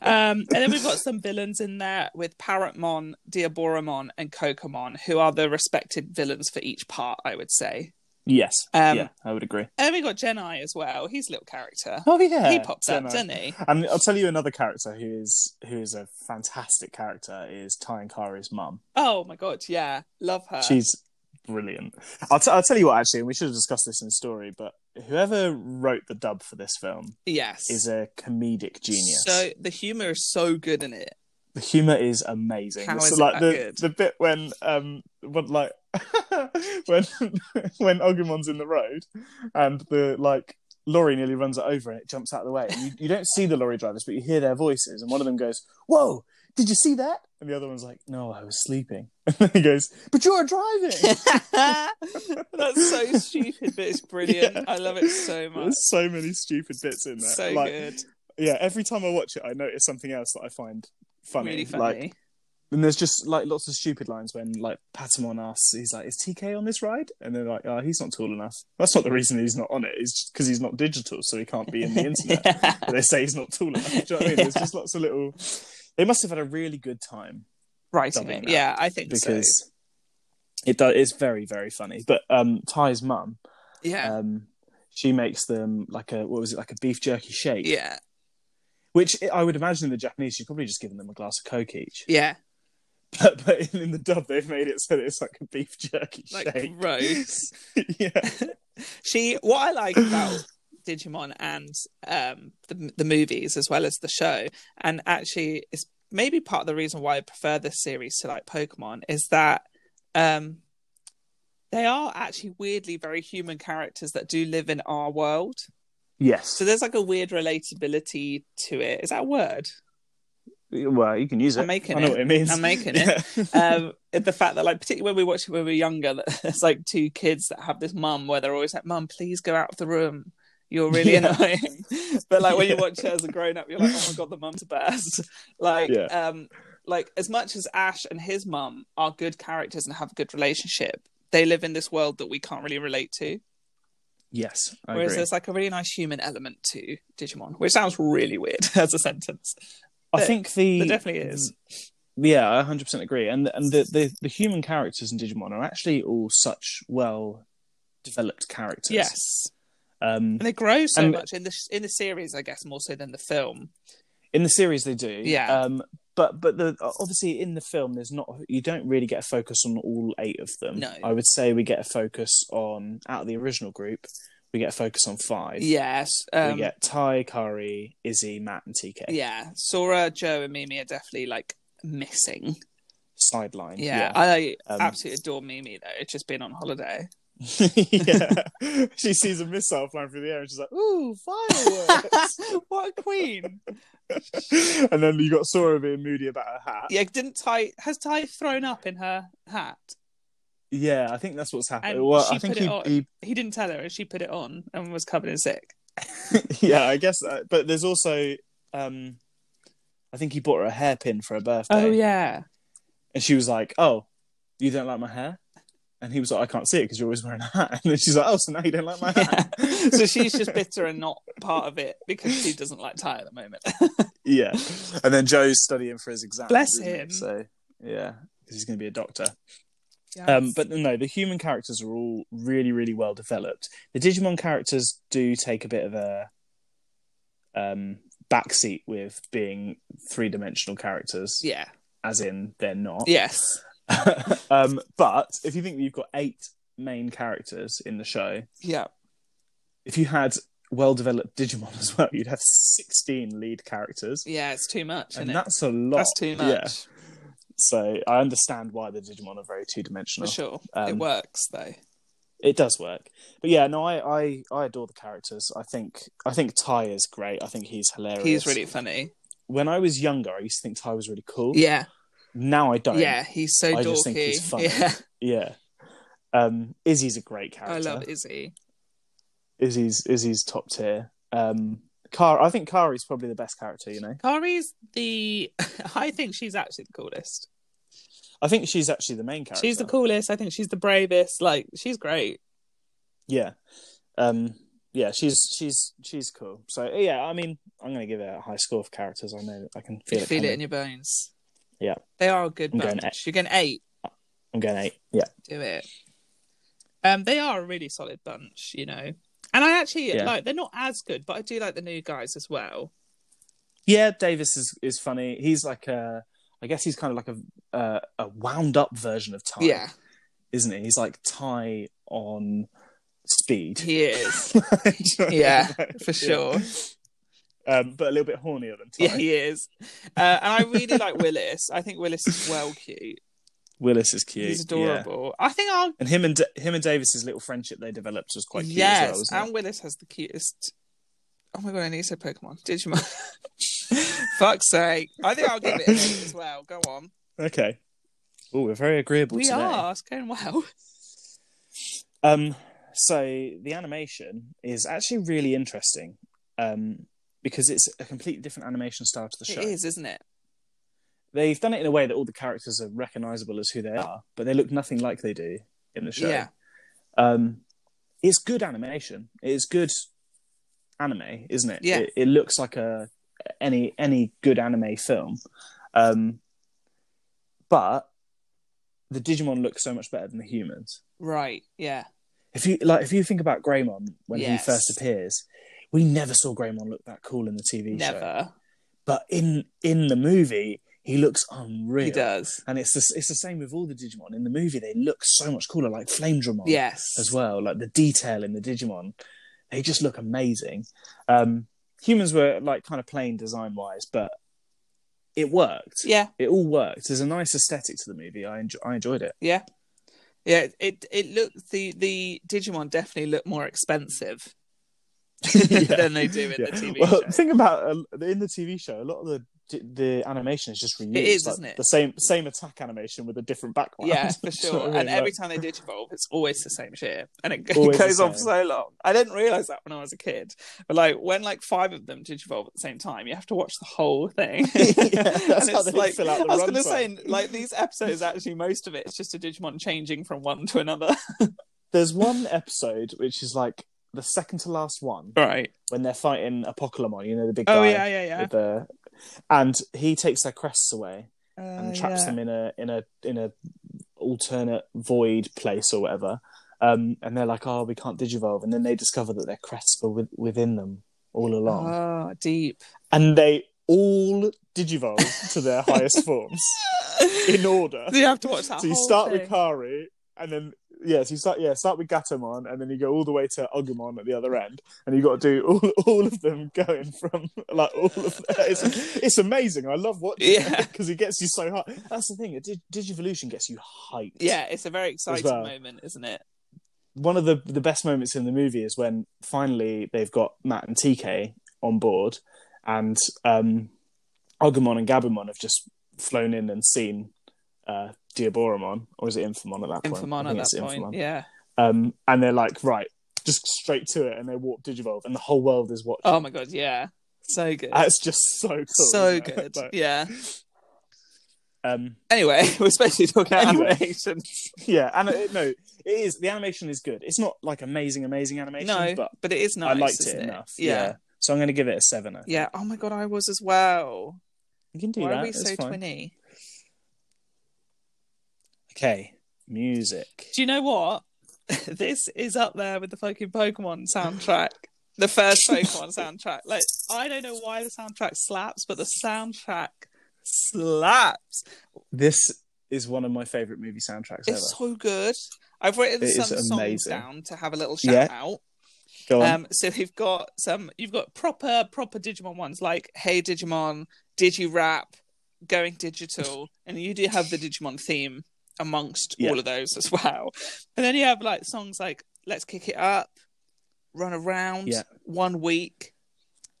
A: um, and then we've got some villains in there with Parrotmon, Diaboromon, and Kokomon, who are the respected villains for each part, I would say.
B: Yes,
A: Um,
B: yeah, I would agree.
A: And then we've got Jedi as well. He's a little character.
B: Oh yeah,
A: he pops up,
B: Jenna.
A: doesn't he?
B: And I'll tell you another character who is who is a fantastic character is Ty and Kari's mum.
A: Oh my god, yeah. Love her.
B: She's brilliant. I'll, t- I'll tell you what, actually, and we should have discussed this in the story, but whoever wrote the dub for this film
A: yes.
B: is a comedic genius.
A: So the humor is so good in it.
B: The humor is amazing.
A: How
B: So,
A: is it
B: like
A: that
B: the
A: good?
B: the bit when um when like when when Ogumon's in the road and the like lorry nearly runs it over and it jumps out of the way. You, you don't see the lorry drivers, but you hear their voices, and one of them goes, "Whoa, did you see that?" And the other one's like, "No, I was sleeping." And then he goes, "But you're driving."
A: That's so stupid, but it's brilliant.
B: Yeah.
A: I love it so much.
B: There's so many stupid bits in there.
A: So
B: like,
A: good,
B: Yeah, every time I watch it, I notice something else that I find funny.
A: really
B: Like,
A: funny.
B: And there's just like lots of stupid lines when like Patamon asks, he's like, "Is TK on this ride?" And they're like, "Oh, he's not tall enough." That's not the reason he's not on it. It's because he's not digital, so he can't be in the internet. But they say he's not tall enough. Do you know what I mean? There's just lots of little. They must have had a really good time
A: Writing
B: dubbing
A: it,
B: that
A: yeah, I think so.
B: because it does. It's very very funny. But um, Ty's mum,
A: Yeah,
B: um, she makes them like a what was it like a beef jerky shake,
A: yeah,
B: which I would imagine in the Japanese she's probably just given them a glass of Coke each.
A: yeah.
B: but, but in, in the dub they've made it so that it's like a beef jerky
A: Like
B: shake.
A: gross.
B: yeah,
A: She. What I like about Digimon and um the the movies as well as the show, and actually, it's maybe part of the reason why I prefer this series to like Pokemon is that um they are actually weirdly very human characters that do live in our world.
B: yes.
A: So there's like a weird relatability to it. Is that a word?
B: Well, you can use it.
A: I'm making
B: I know
A: it.
B: what it means.
A: I'm making
B: Yeah.
A: um the fact that like particularly when we watch it when we were younger that there's like two kids that have this mum where they're always like mum please go out of the room you're really
B: Yeah.
A: annoying but like when you
B: Yeah.
A: watch it as a grown up you're like oh my god the mum's the best like
B: Yeah.
A: um like as much as ash and his mum are good characters and have a good relationship they live in this world that we can't really relate to
B: Yes, I
A: whereas
B: agree.
A: there's like a really nice human element to digimon which sounds really weird as a sentence
B: I think the
A: there definitely is
B: Yeah, I hundred percent agree. And and the, the the human characters in Digimon are actually all such well developed characters.
A: yes
B: Um.
A: and they grow so
B: And-
A: much in the in the series, I guess, more so than the film.
B: in the series they do
A: Yeah.
B: um but but the obviously in the film there's not you don't really get a focus on all eight of them
A: No.
B: i would say we get a focus on out of the original group we get a focus on five
A: Yes.
B: we
A: Um, yeah.
B: get ty kari izzy matt and tk
A: Sora, Joe, and Mimi are definitely like missing.
B: sideline
A: Yeah. I
B: Um,
A: absolutely adore Mimi though. It's just been on holiday.
B: yeah. she sees a missile flying through the air and she's like, ooh, fireworks.
A: what a queen.
B: and then you got Sora being moody about her hat.
A: Yeah, didn't Ty has Ty thrown up in her hat?
B: Yeah, I think that's what's happened.
A: And
B: well,
A: she
B: I think
A: put it
B: he,
A: on.
B: he
A: He didn't tell her and she put it on and was covered in sick.
B: yeah, I guess. Uh, but there's also, um, I think he bought her a hairpin for her birthday.
A: Oh yeah.
B: And she was like, oh, you don't like my hair? And he was like, I can't see it because you're always wearing a hat. And then she's like, oh, so now you don't like my hat.
A: so she's just bitter and not part of it because she doesn't like Ty at the moment.
B: yeah. And then Joe's studying for his exam.
A: Bless him.
B: So, yeah, because he's going to be a doctor. Um, but no, the human characters are all really, really well developed. The Digimon characters do take a bit of a um, backseat with being three dimensional characters,
A: yeah.
B: as in they're not.
A: Yes.
B: um, but if you think you've got eight main characters in the show,
A: Yeah.
B: if you had well developed Digimon as well, you'd have 16 lead characters.
A: Yeah, it's too much, isn't
B: And
A: it?
B: that's a lot.
A: That's too much.
B: Yeah. So I understand why the Digimon are very two dimensional.
A: For sure. it
B: Um,
A: works though.
B: it does work but yeah no I, I i adore the characters i think i think ty is great i think he's hilarious
A: He's really funny.
B: when i was younger i used to think ty was really cool
A: Yeah.
B: now i don't
A: Yeah, he's so dorky.
B: I just think he's funny.
A: Yeah.
B: yeah um izzy's a great character
A: I love Izzy.
B: izzy's izzy's top tier um car i think kari's probably the best character you know
A: Kari's the I think she's actually the coolest.
B: i think she's actually the main character
A: She's the coolest. I think she's the bravest. Like she's great.
B: yeah um yeah she's she's she's cool so yeah i mean i'm gonna give her a high score for characters i know i can feel
A: you
B: it,
A: feel it
B: coming.
A: in your bones.
B: Yeah.
A: They are a good
B: I'm going
A: bunch. You're going eight.
B: i'm going eight yeah
A: Do it. Um, they are a really solid bunch, you know. And I actually
B: Yeah.
A: like they're not as good, but I do like the new guys as well.
B: Yeah, Davis is is funny. He's like a, I guess he's kind of like a uh, a wound up version of Ty,
A: Yeah,
B: isn't he? He's like Ty on speed.
A: he is Yeah, for sure.
B: Um, but a little bit hornier than Ty.
A: Yeah, he is. Uh, and I really like Willis. I think Willis is well cute.
B: Willis is cute.
A: He's
B: yeah.
A: adorable. I think I'll.
B: And him and D- him and Davis's little friendship they developed was quite cute
A: yes,
B: as well, wasn't
A: and Willis has the cutest. Oh my god, I need to say Pokemon. Digimon. Fuck's sake. I think I'll give it an eight as well. Go on.
B: it? Okay. Oh, we're very agreeable
A: we
B: today.
A: are. It's going well.
B: Um, so the animation is actually really interesting, um, because it's a completely different animation style to the show.
A: It is, isn't it?
B: they've done it in a way that all the characters are recognizable as who they are, but they look nothing like they do in the show.
A: Yeah.
B: Um, it's good animation. It's good anime, isn't it?
A: Yeah.
B: It, it looks like a any any good anime film, um, but the Digimon look so much better than the humans.
A: Right. Yeah.
B: If you like, if you think about Greymon when
A: Yes.
B: he first appears, we never saw Greymon look that cool in the TV show.
A: Never.
B: But in in the movie, he looks unreal.
A: He does.
B: And it's the, it's the same with all the Digimon. In the movie, they look so much cooler, like Flame Dramon
A: Yes.
B: as well. Like the detail in the Digimon, they just look amazing. Um, humans were like kind of plain design wise, but it worked.
A: Yeah.
B: It all worked. There's a nice aesthetic to the movie. I, enjo- I enjoyed it.
A: Yeah. Yeah, it it looked the the Digimon definitely looked more expensive than they do in the TV
B: Well,
A: show.
B: think about uh, in the TV show, a lot of the the animation is just reused.
A: is, isn't it?
B: The same same attack animation with a different background.
A: Yeah, for
B: Do you know
A: sure.
B: what I mean?
A: And every
B: Like-
A: time they digivolve, it's always the same shit, and it,
B: Always the
A: goes on for
B: same.
A: so long. I didn't realize that when I was a kid, but like when like five of them digivolve at the same time, you have to watch the whole thing.
B: that's
A: And
B: how
A: it's
B: they
A: like-
B: fill out the
A: I was going to
B: runtime.
A: say, like these episodes, actually, most of it is just a Digimon changing from one to another.
B: There's one episode which is like the second to last one
A: right.
B: when they're fighting Apocalypse, you know, the big guy
A: Oh yeah, yeah,
B: with the and he takes their crests away
A: Uh, Oh, yeah.
B: and traps them in a in a in a alternate void place or whatever. Um, and they're like, "Oh, we can't digivolve,"
A: Uh-huh.
B: and then they discover that their crests were with, within them all along,
A: Oh, Ah, deep.
B: and they all Digivolve to their highest forms in order.
A: you have to watch that.
B: so you
A: whole
B: start
A: thing.
B: with Kari, and then yeah, so you start yeah, start with Gatomon, and then you go all the way to Agumon at the other end, and you got to do all all of them going from like all of that. It's, it's amazing. I love watching
A: Yeah.
B: because it gets you so high. That's the thing. Dig- Digivolution gets you hyped.
A: Yeah, it's a very exciting
B: well.
A: moment, isn't it?
B: One of the the best moments in the movie is when finally they've got Matt and TK on board, and um, Agumon and Gabumon have just flown in and seen. Uh, Diaboromon, or is it Infamon at that point?
A: Infamon
B: I
A: at
B: think
A: that
B: it's
A: point.
B: Infamon
A: Yeah.
B: um, and they're like, right, just straight to it, and they warp Digivolve, and the whole world is watching.
A: Oh my god. Yeah. So good.
B: That's just so cool.
A: so
B: isn't it?
A: good.
B: Like,
A: yeah.
B: Um,
A: Anyway, we're especially talking about
B: Anyway.
A: animation.
B: yeah, and it, no, it is. The animation is good. It's not like amazing, amazing animation,
A: No,
B: but
A: but, it is nice.
B: I liked it
A: isn't
B: enough. Yeah.
A: Yeah.
B: So I'm going to give it a seven. I
A: yeah.
B: think.
A: Oh my god, I was as well.
B: You can do
A: Why
B: that.
A: are we
B: it's
A: so
B: fine.
A: twinny?
B: Okay. Music.
A: Do you know what? this is up there with the fucking Pokemon soundtrack. The first Pokemon soundtrack. Like, I don't know why the soundtrack slaps, but the soundtrack slaps.
B: This is one of my favorite movie soundtracks ever.
A: It's so good. I've written
B: It is
A: some songs
B: amazing.
A: down to have a little shout
B: Yeah.
A: out.
B: Go on.
A: Um, so you've got some, you've got proper, proper Digimon ones like Hey Digimon, Digirap, Going Digital, and you do have the Digimon theme amongst
B: Yeah.
A: all of those as well. And then you have like songs like Let's Kick It Up, Run Around,
B: Yeah.
A: One Week,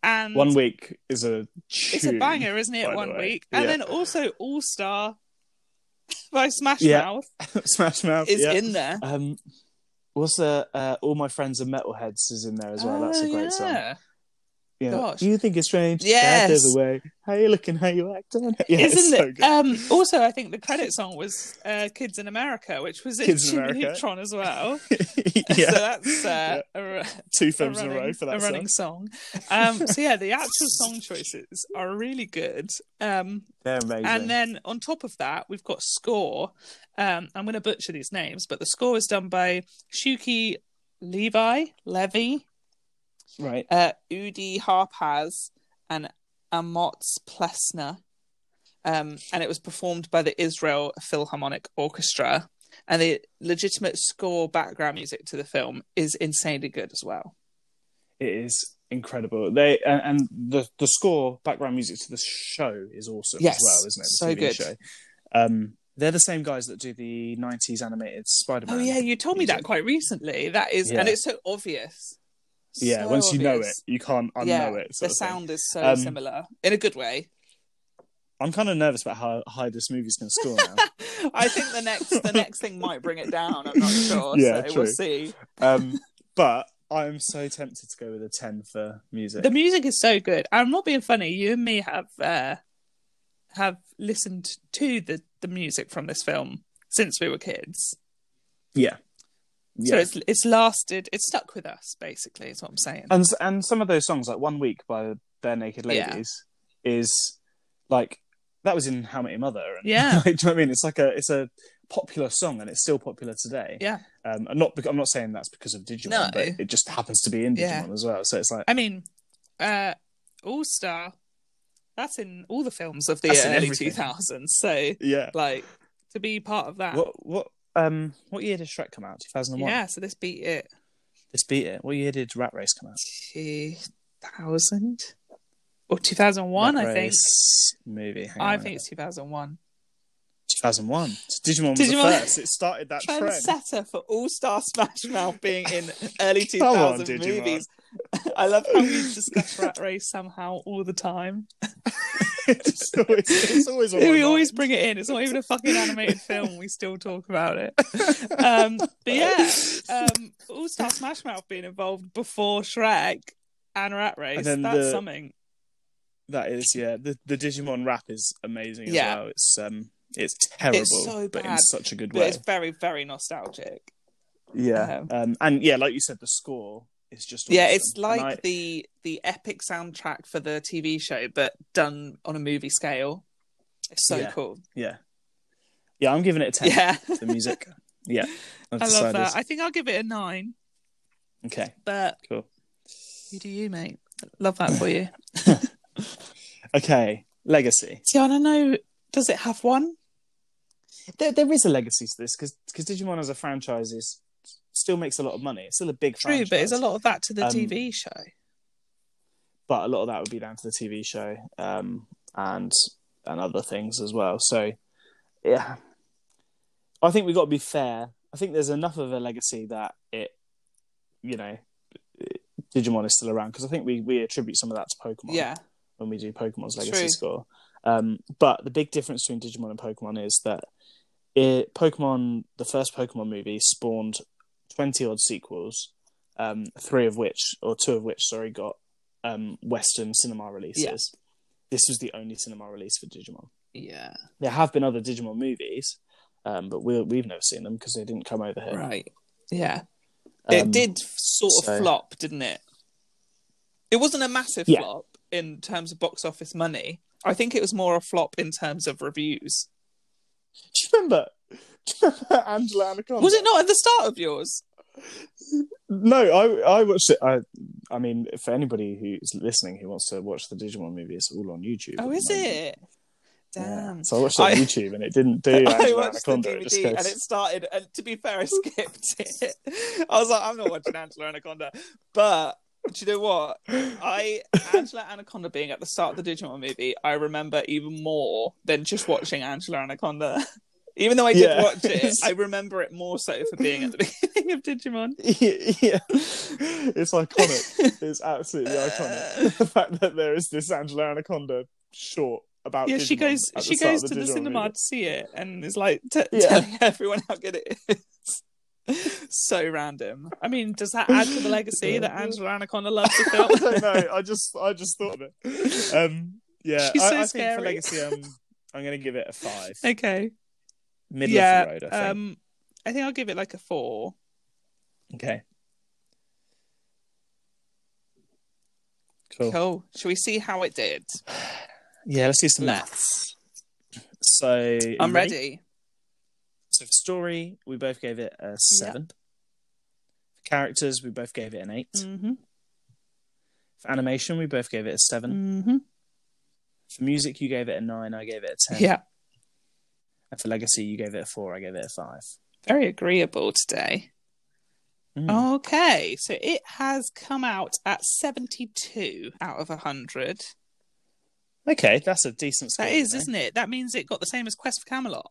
A: and
B: one week is a.
A: it's
B: tune.
A: a banger, isn't
B: by
A: it?
B: the
A: One
B: way.
A: Week, and
B: Yeah.
A: then also All Star by Smash
B: Yeah.
A: Mouth
B: Smash Mouth
A: is
B: yeah.
A: in there
B: Um, what's the uh, all my friends are metalheads is in there as well. That's a
A: Oh,
B: great song.
A: yeah.
B: Yeah,
A: Gosh.
B: you think it's strange?
A: Yes.
B: that is a way. How you looking? How you acting? Yeah, it's
A: Isn't
B: so
A: it?
B: good.
A: Um, also, I think the credit song was uh, "Kids in America," which was in
B: Kids in
A: Jimmy
B: America.
A: Neutron as well.
B: yeah.
A: So that's uh, a,
B: two
A: a
B: films
A: running,
B: in a row for
A: a
B: that
A: running
B: song.
A: song. Um, so yeah, the actual song choices are really good. Um,
B: They're amazing.
A: and then on top of that, we've got score. Um, I'm going to butcher these names, but the score is done by Shuki Levi, Levy,
B: right,
A: uh, Udi Harpaz and Amots Plesner. Um, and it was performed by the Israel Philharmonic Orchestra. And the legitimate score background music to the film is insanely good as well.
B: it is incredible. They and, and the the score, background music to the show is awesome
A: Yes.
B: as well, isn't it? The
A: So
B: TV
A: good.
B: Show. Um, they're the same guys that do the '90s animated Spider-Man.
A: Oh, yeah, you told me that
B: music.
A: quite recently. That is, and
B: Yeah.
A: it's so obvious.
B: Yeah,
A: So
B: once you know it,
A: obvious.
B: you can't unknow
A: yeah,
B: it.
A: the
B: sort of thing.
A: sound is so
B: Um,
A: similar in a good way.
B: I'm kind of nervous about how high this movie's going to score now.
A: I think the next the next thing might bring it down. I'm not sure. so
B: Yeah, true.
A: we'll see.
B: um, but I'm so tempted to go with a 10 for music.
A: The music is so good. I'm not being funny. You and me have uh, have listened to the the music from this film since we were kids. So
B: yeah.
A: it's it's lasted. It's stuck with us. Basically, is what I'm saying.
B: And, and some of those songs, like One Week by Bare Naked
A: Yeah.
B: Ladies, is like that was in How Met Your Mother. And,
A: Yeah.
B: like, do you know what I mean? It's like a it's a popular song and it's still popular today.
A: Yeah.
B: Um, and not bec- I'm not saying that's because of Digimon,
A: No.
B: but it just happens to be in
A: Yeah.
B: Digimon as well. So it's like
A: I mean, uh, All Star. That's in all the films of the
B: That's in
A: early
B: everything.
A: 2000s. So
B: yeah.
A: like to be part of that.
B: What what um what year did Shrek come out? 2001.
A: yeah. So this beat it.
B: This beat it. What year did Rat Race come out?
A: 2000 or 2001.
B: Rat
A: I think.
B: Race movie. Hang
A: I
B: on a
A: think it's 2001.
B: 2001. Digimon was the
A: Digimon-
B: first. It started that trend.
A: trendsetter for All Star Smash Mouth being in early
B: Come on,
A: 2000
B: Digimon.
A: movies. I love how we discuss Rat Race somehow all the time.
B: it's always, it's always on my
A: We
B: mind.
A: always bring it in. It's not even a fucking animated film. We still talk about it. Um, but yeah, um, All Star Smash Mouth being involved before Shrek and Rat Race.
B: then
A: that's
B: the-
A: something.
B: that is yeah. The the Digimon rap is amazing as
A: Yeah.
B: well. It's um it's terrible,
A: so
B: but in
A: bad.
B: such a good
A: But
B: way.
A: it's very, very nostalgic.
B: Yeah, um, and yeah, like you said, the score is just
A: Yeah,
B: awesome.
A: it's
B: And
A: like
B: I-
A: the the epic soundtrack for the TV show, but done on a movie scale. It's so
B: Yeah.
A: cool.
B: yeah, yeah. I'm giving it a ten.
A: Yeah,
B: The music. Yeah, I've
A: I love
B: decided.
A: that. I think I'll give it a nine,
B: Okay,
A: but
B: cool.
A: you do you, mate. Love that for you.
B: Okay, legacy.
A: See, I don't know. Does it have one?
B: There, there is a legacy to this because Digimon as a franchise is still makes a lot of money. It's still a big
A: True,
B: franchise.
A: but it's a lot of that to the
B: Um,
A: TV show.
B: but a lot of that would be down to the TV show um, and and other things as well. So, yeah, I think we've got to be fair. I think there's enough of a legacy that it, you know, Digimon is still around because I think we we attribute some of that to Pokemon
A: Yeah,
B: when we do Pokemon's legacy
A: True.
B: score. Um, but the big difference between Digimon and Pokemon is that it, Pokemon, the first Pokemon movie, spawned twenty odd sequels, um, three of which, or two of which, sorry, got um, Western cinema releases. This was the only cinema release for Digimon.
A: yeah,
B: There have been other Digimon movies, um, but we we've never seen them because they didn't come over here.
A: right, yeah.
B: Um,
A: it did sort of
B: so-
A: flop, didn't it? It wasn't a massive
B: Yeah.
A: flop in terms of box office money. I think it was more a flop in terms of reviews.
B: Do you remember? Do you remember Angela Anaconda?
A: Was it not at the start of yours?
B: No, I I watched it. I I mean, for anybody who's listening who wants to watch the Digimon movie, it's all on YouTube. at
A: Oh,
B: the
A: is
B: moment.
A: it?
B: Yeah.
A: Damn.
B: So I watched it on
A: I-
B: YouTube and it didn't do
A: I
B: Angela
A: watched the
B: Anaconda. It just
A: DVD and
B: goes-
A: it started. And to be fair, I skipped it. I was like, I'm not watching Angela Anaconda. But do you know what? I Angela Anaconda being at the start of the Digimon movie, I remember even more than just watching Angela Anaconda. Even though I did
B: Yeah.
A: watch it, I remember it more so for being at the beginning of Digimon.
B: yeah, it's iconic. It's absolutely iconic. The fact that there is this Angela Anaconda short about
A: yeah, she
B: Digimon
A: goes.
B: at the
A: She
B: start
A: goes
B: of
A: to the
B: Digimon
A: cinema
B: movie.
A: to see it, and is like t-
B: Yeah.
A: telling everyone how good it is. so random. I mean, does that add to the legacy that Angela Anaconda loves the film?
B: I don't know. I just I just thought of it. Um, yeah,
A: She's
B: I,
A: so
B: I think
A: scary.
B: for Legacy, um, I'm going to give it a five.
A: okay.
B: Middle
A: yeah.
B: of the road, I think.
A: Um, I think I'll give it like a four.
B: okay.
A: Cool.
B: Cool.
A: Should we see how it did?
B: Yeah, let's do some
A: Let's.
B: maths. So you
A: I'm ready.
B: So for story, we both gave it a seven. For characters, we both gave it an eight.
A: Mm-hmm.
B: For animation, we both gave it a 7
A: Mm-hmm.
B: For music, you gave it a nine. I gave it a ten.
A: Yeah.
B: And for legacy, you gave it a four. I gave it a five.
A: Very agreeable today.
B: Mm.
A: Oh. Okay. So it has come out at 72 out of 100.
B: Okay, that's a decent score.
A: That is, isn't it? That means it got the same as Quest for Camelot.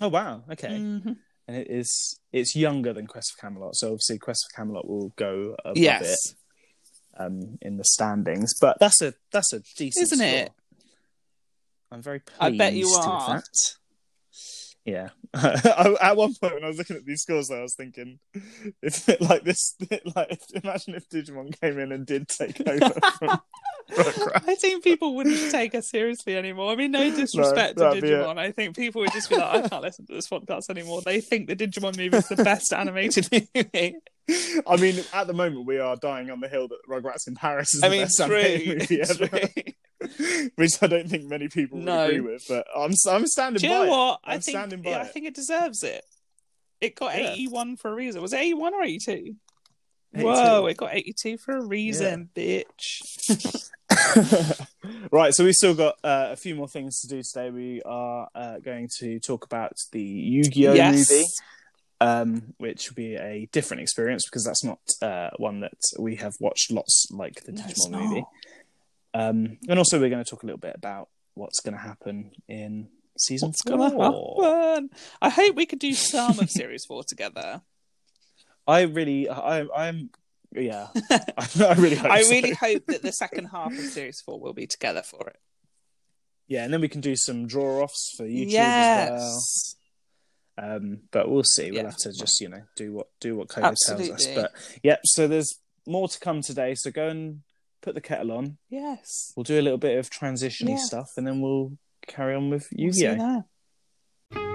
B: Oh wow. Okay.
A: Mhm.
B: And it is. It's younger than Quest for Camelot, so obviously Quest for Camelot will go above it
A: Yes.
B: um, in the standings. But that's a that's a decent,
A: Isn't
B: score.
A: it?
B: I'm very pleased.
A: I bet you
B: with
A: are.
B: that. Yeah. I, at one point, when I was looking at these scores, I was thinking, if like this, like imagine if Digimon came in and did take over. From Rugrats.
A: I think people wouldn't take us seriously anymore. I mean, no disrespect to
B: that'd be it.
A: Digimon. I think people would just be like, I can't listen to this podcast anymore. They think the Digimon movie is the best animated movie.
B: I mean, at the moment, we are dying on the hill that Rugrats in Paris is
A: I
B: the
A: mean,
B: best animated
A: true.
B: movie ever,
A: true.
B: which I don't think many people would
A: No.
B: agree with. But I'm I'm standing
A: Do you
B: by
A: know
B: it.
A: what? I
B: I'm standing
A: think
B: by
A: yeah, I
B: it.
A: think it deserves it. It got
B: Yeah.
A: 81 for a reason. Was it 81 or 82?
B: 82.
A: Whoa, it got 82 for a reason, bitch.
B: right, so we've still got uh, a few more things to do today. We are uh, going to talk about the Yu Gi Oh
A: yes.
B: movie, um, which will be a different experience because that's not uh, one that we have watched lots like the
A: No, it's
B: Digimon
A: not.
B: movie. Um, and also, we're going to talk a little bit about what's going to happen in season
A: What's
B: four.
A: gonna happen? I hope we could do some of series four together.
B: I really, I, I'm, yeah, I, really hope
A: I
B: so.
A: really hope that the second half of series four will be together for it.
B: yeah, and then we can do some draw offs for YouTube as well.
A: yes.
B: Um, but we'll see. We'll
A: Yeah.
B: have to just you know do what do what COVID tells us.
A: Absolutely.
B: But yeah, so there's more to come today. So go and put the kettle on.
A: Yes.
B: We'll do a little bit of transition
A: Yeah.
B: stuff, and then we'll carry on with
A: We'll see
B: Yu-Gi-Oh.
A: you there.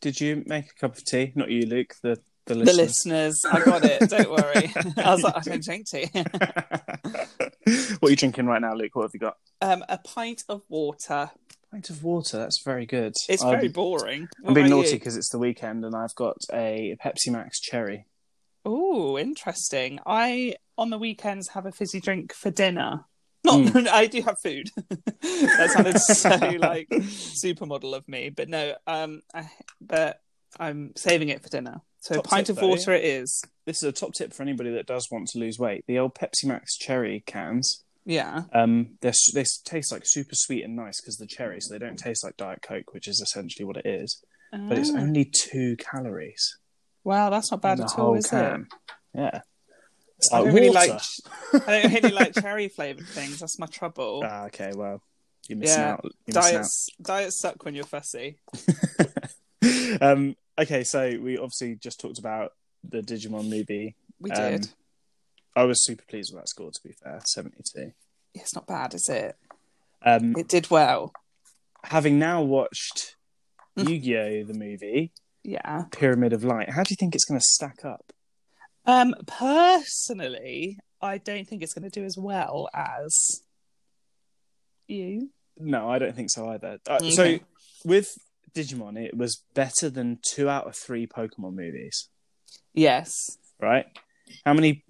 B: Did you make a cup of tea? Not you, Luke. The
A: The
B: the listeners.
A: listeners, I got it. Don't worry. I was like, I don't drink tea.
B: what are you drinking right now, Luke? What have you got?
A: Um, a pint of water.
B: Pint of water. That's very good.
A: It's
B: I'm-
A: very boring.
B: I'm
A: What
B: being
A: about
B: naughty
A: you?
B: because it's the weekend, and I've got a Pepsi Max cherry.
A: Oh, interesting. I on the weekends have a fizzy drink for dinner. Not,
B: Hmm.
A: I do have food. that sounded so like supermodel of me, but no. Um, I, but I'm saving it for dinner. So
B: Top
A: a pint
B: tip,
A: of
B: though,
A: water it is.
B: This is a top tip for anybody that does want to lose weight. The old Pepsi Max cherry cans.
A: Yeah.
B: Um, they're, su- they s- taste like super sweet and nice because the cherry, so they don't taste like Diet Coke, which is essentially what it is. But it's
A: Ah.
B: only two calories
A: wow, that's not bad
B: in the
A: at all,
B: whole
A: is it?
B: can. Yeah, it's
A: I
B: like
A: don't really
B: water.
A: like. I don't really like cherry flavored things. That's my trouble.
B: Ah, okay, well, you're missing
A: Yeah,
B: out. You're missing out.
A: diets diets suck when you're fussy.
B: um, okay, so we obviously just talked about the Digimon movie.
A: We
B: Um,
A: did.
B: I was super pleased with that score. To be fair, seventy-two.
A: It's not bad, is it?
B: Um,
A: It did well.
B: having now watched
A: Mm.
B: Yu-Gi-Oh the movie
A: Yeah.
B: Pyramid of Light, how do you think it's going to stack up?
A: Um, personally, I don't think it's going to do as well as you.
B: No, I don't think so either. Uh, So
A: Okay.
B: with Digimon, it was better than two out of three Pokemon movies,
A: Yes.
B: right? How many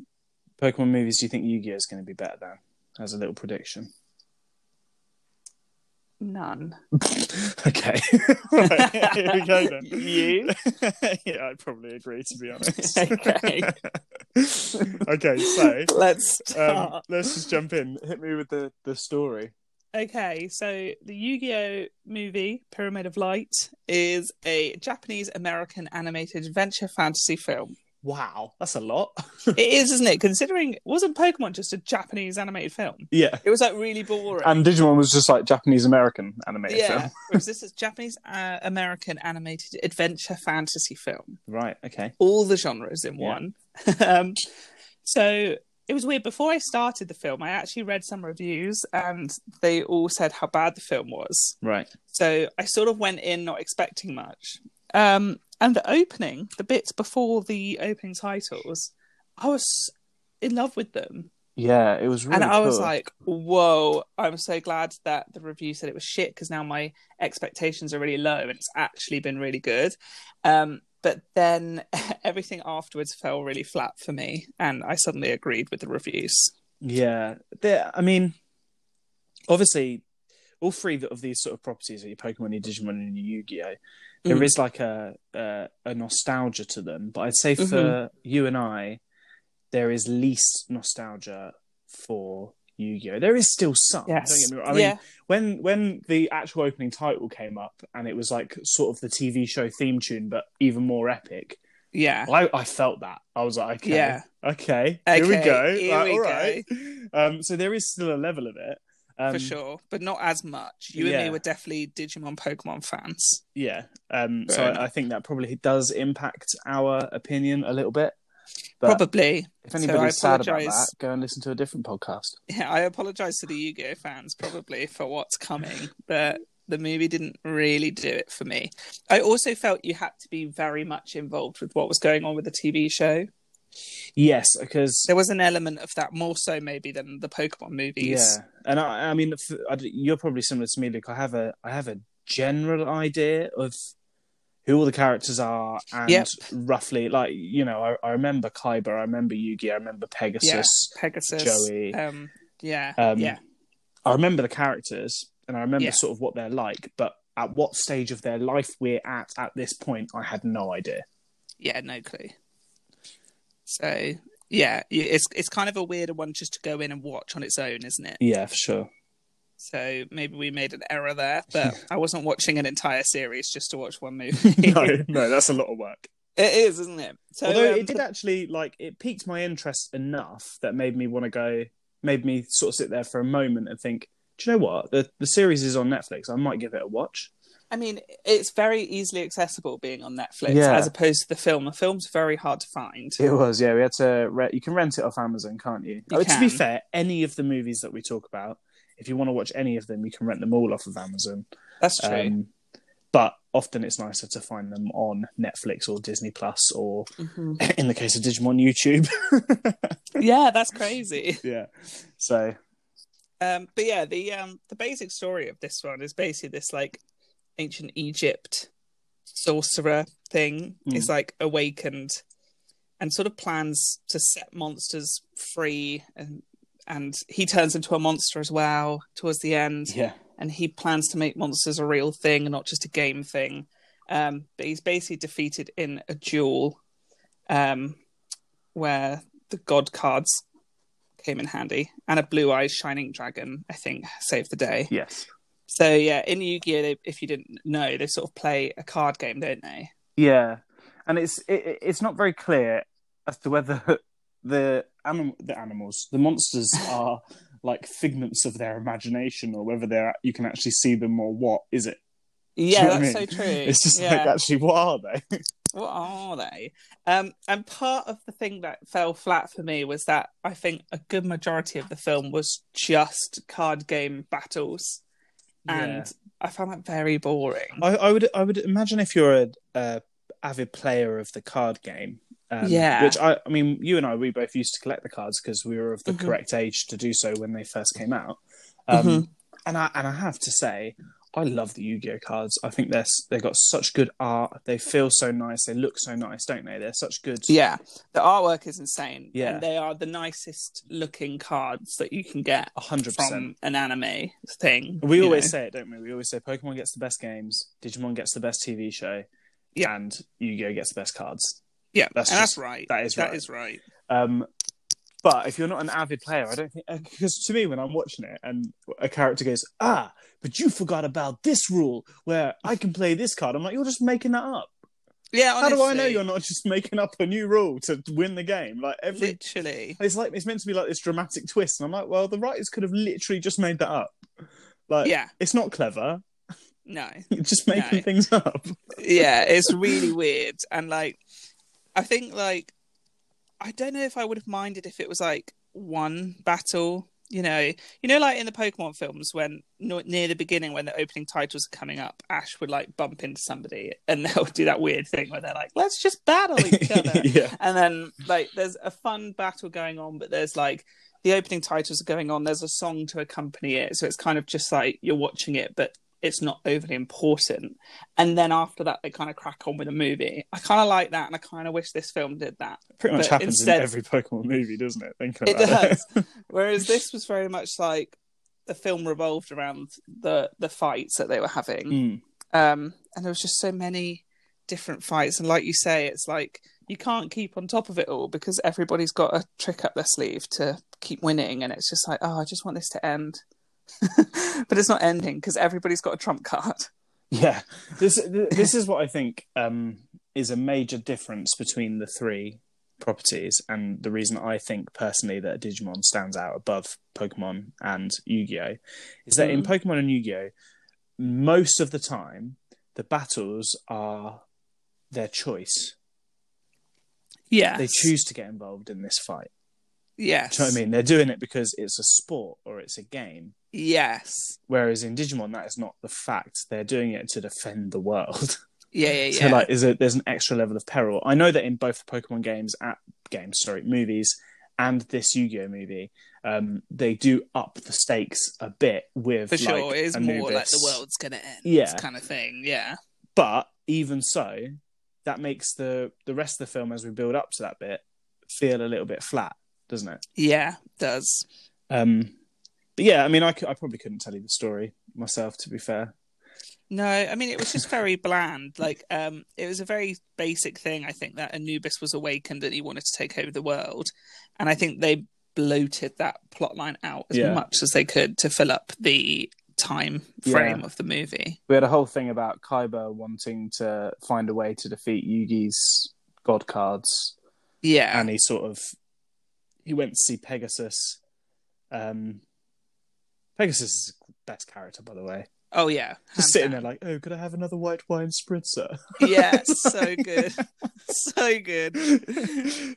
B: Pokemon movies do you think Yu-Gi-Oh is going to be better than? As a little prediction.
A: None.
B: Okay. Right, here we go then.
A: You?
B: yeah, I probably agree to be honest.
A: Okay.
B: okay, so
A: Let's start.
B: um, let's just jump in. Hit me with the, the story.
A: Okay, so the Yu Gi Oh movie, Pyramid of Light, is a Japanese American animated adventure fantasy film.
B: Wow, that's a lot.
A: it is, isn't it? Considering, wasn't Pokemon just a Japanese animated film?
B: yeah.
A: It was like really boring.
B: And Digimon was just like Japanese American animated
A: yeah,
B: film.
A: whereas this is Japanese uh, American animated adventure fantasy film.
B: Right, okay.
A: all the genres in
B: Yeah.
A: one. um, so it was weird. Before I started the film, I actually read some reviews and they all said how bad the film was.
B: Right.
A: So I sort of went in not expecting much. Um, and the opening, the bits before the opening titles, I was in love with them.
B: Yeah, it was really
A: and I was
B: cool.
A: like, whoa, I'm so glad that the review said it was shit because now my expectations are really low and it's actually been really good. Um, but then everything afterwards fell really flat for me and I suddenly agreed with the reviews.
B: Yeah. There I mean obviously all three of these sort of properties, your Pokemon, your Digimon and your Yu-Gi-Oh, there
A: Mhm.
B: is like a uh, a nostalgia to them, but I'd say for
A: Mm-hmm.
B: you and I, there is least nostalgia for Yu-Gi-Oh. There is still some. Oh, Don't
A: Yes.
B: get me wrong. I mean,
A: yeah.
B: when when the actual opening title came up and it was like sort of the TV show theme tune, but even more epic.
A: Yeah.
B: I, I felt that. I was like, okay,
A: Yeah.
B: okay, here we
A: Okay,
B: go.
A: here
B: Like,
A: we
B: all right. Um, so there is still a level of it. Um,
A: for sure, but not as much. You and
B: yeah.
A: me were definitely Digimon Pokemon fans.
B: Yeah. Um, so
A: Fair
B: I,
A: enough.
B: I think that probably does impact our opinion a little bit. But
A: Probably.
B: if
A: So
B: anybody's
A: I
B: sad about
A: apologise.
B: that, go and listen to a different podcast.
A: Yeah, I apologize to the Yu Gi Oh fans probably for what's coming, but the movie didn't really do it for me. I also felt you had to be very much involved with what was going on with the TV show.
B: Yes, because
A: There was an element of that more so maybe than the Pokemon movies.
B: Yeah, and I, I mean, f- I d- you're probably similar to me, Luke. I have a, I have a general idea of who all the characters are, and
A: Yep.
B: roughly, like you know, I, I remember Kyber, I remember Yugi, I remember Pegasus,
A: Pegasus,
B: Joey.
A: Um, yeah,
B: Um,
A: yeah,
B: I remember the characters, and I remember
A: Yeah.
B: sort of what they're like. But at what stage of their life we're at at this point, I had no idea.
A: yeah. No clue. So yeah, you- it's it's kind of a weirder one just to go in and watch on its own, isn't it?
B: Yeah, for sure.
A: So maybe we made an error there, but I wasn't watching an entire series just to watch one movie.
B: no, no, that's a lot of work.
A: It is, isn't it? So,
B: Although
A: um,
B: it did actually like it piqued my interest enough that made me want to go, made me sort of sit there for a moment and think, do you know what? The the series is on Netflix. I might give it a watch.
A: I mean, it's very easily accessible being on Netflix
B: Yeah.
A: as opposed to the film. The film's very hard to find.
B: It was, yeah. We had to. Re- you can rent it off Amazon, can't you?
A: You
B: Oh, To be
A: can.
B: fair, any of the movies that we talk about, if you want to watch any of them, you can rent them all off of Amazon.
A: That's true.
B: Um, but often it's nicer to find them on Netflix or Disney Plus or,
A: Mhm.
B: in the case of Digimon, YouTube.
A: yeah, that's crazy.
B: yeah. So
A: Um, but yeah, the um, the basic story of this one is basically this like ancient Egypt sorcerer thing
B: Mm.
A: is like awakened and sort of plans to set monsters free and and he turns into a monster as well towards the end
B: Yeah.
A: and he plans to make monsters a real thing and not just a game thing. Um, but he's basically defeated in a duel um, where the god cards came in handy and a blue eyed shining dragon, I think, saved the day.
B: Yes.
A: So, yeah, in Yu Gi Oh!, if you didn't know, they sort of play a card game, don't they?
B: Yeah, and it's it, it- it's not very clear as to whether the anim- the animals, the monsters, are like figments of their imagination, or whether they're you can actually see them, or what is it?
A: Yeah,
B: what I
A: that's
B: mean?
A: so true.
B: It's just
A: yeah.
B: like actually, what are they?
A: What are they? Um, and part of the thing that fell flat for me was that I think a good majority of the film was just card game battles, and I found that very boring.
B: I, I would I would imagine if you're a, a avid player of the card game, um,
A: Yeah.
B: Which I I mean, you and I we both used to collect the cards because we were of the
A: Mhm.
B: correct age to do so when they first came out. Um,
A: Mhm.
B: And I and I have to say, I love the Yu-Gi-Oh cards. I think they're s- they've got such good art. They feel so nice. They look so nice, don't they? They're such good.
A: Yeah, the artwork is insane.
B: Yeah.
A: and they are the nicest looking cards that you can get
B: a hundred
A: from
B: percent.
A: an anime thing.
B: We
A: you
B: always
A: know.
B: say it, don't we? We always say Pokemon gets the best games, Digimon gets the best TV show,
A: Yeah.
B: and Yu-Gi-Oh gets the best cards.
A: yeah,
B: that's
A: and
B: just-
A: that's right.
B: that is
A: that
B: right.
A: is right.
B: Um, but if you're not an avid player, I don't think because to me, when I'm watching it and a character goes, "Ah, but you forgot about this rule where I can play this card," I'm like, "You're just making that up.
A: Yeah,
B: How do I know
A: honestly,
B: you're not just making up a new rule to win the game?" Like every,
A: literally?
B: it's like it's meant to be like this dramatic twist, and I'm like, "Well, the writers could have literally just made that up. Like,
A: Yeah,
B: it's not clever.
A: no.
B: You're just making
A: No.
B: things up."
A: yeah, it's really weird. And like, I think like, I don't know if I would have minded if it was like one battle. You know, you know, like in the Pokemon films, when no- near the beginning, when the opening titles are coming up, Ash would like bump into somebody, and they'll do that weird thing where they're like, "Let's just battle each other."
B: yeah.
A: and then like there's a fun battle going on but there's like the opening titles are going on there's a song to accompany it so it's kind of just like you're watching it but it's not overly important and then after that they kind of crack on with a movie i kind of like that and i kind of wish this film did that
B: Pretty much
A: But
B: happens
A: instead-
B: in every Pokemon movie, doesn't it? Thinking
A: It
B: about
A: whereas this was very much like the film revolved around the the fights that they were having
B: Mm.
A: um and there was just so many different fights and like you say it's like you can't keep on top of it all because everybody's got a trick up their sleeve to keep winning and it's just like oh i just want this to end but it's not ending because everybody's got a trump card
B: Yeah, this this is what I think um, is a major difference between the three properties, and the reason I think personally that Digimon stands out above Pokemon and Yu-Gi-Oh is that in Pokemon and Yu-Gi-Oh, most of the time the battles are their choice.
A: yeah
B: They choose to get involved in this fight.
A: yes
B: Do you know what I mean? They're doing it because it's a sport or it's a game.
A: yes
B: Whereas in Digimon, that is not the fact. They're doing it to defend the world.
A: yeah yeah
B: So
A: yeah
B: like, is a, there's an extra level of peril. I know that in both the Pokemon games, at games, sorry, movies, and this Yu-Gi-Oh movie, um, they do up the stakes a bit with
A: for sure
B: like,
A: it is more like the
B: Anubis.
A: world's gonna end
B: Yeah.
A: kind of thing yeah
B: But even so, that makes the the rest of the film as we build up to that bit feel a little bit flat, doesn't it?
A: yeah does
B: Um, but yeah, I mean, I, cou- I probably couldn't tell you the story myself, to be fair.
A: No, I mean it was just very bland. Like, um, it was a very basic thing. I think that Anubis was awakened and he wanted to take over the world, and I think they bloated that plot line out as
B: Yeah.
A: much as they could to fill up the time frame of the movie.
B: We had a whole thing about Kaiba wanting to find a way to defeat Yugi's god cards.
A: Yeah,
B: and he sort of he went to see Pegasus. Um, Pegasus is the best character, by the way.
A: oh yeah, hands
B: Just sitting
A: down.
B: there like, oh, could I have another white wine spritzer?
A: yeah, so good, so good.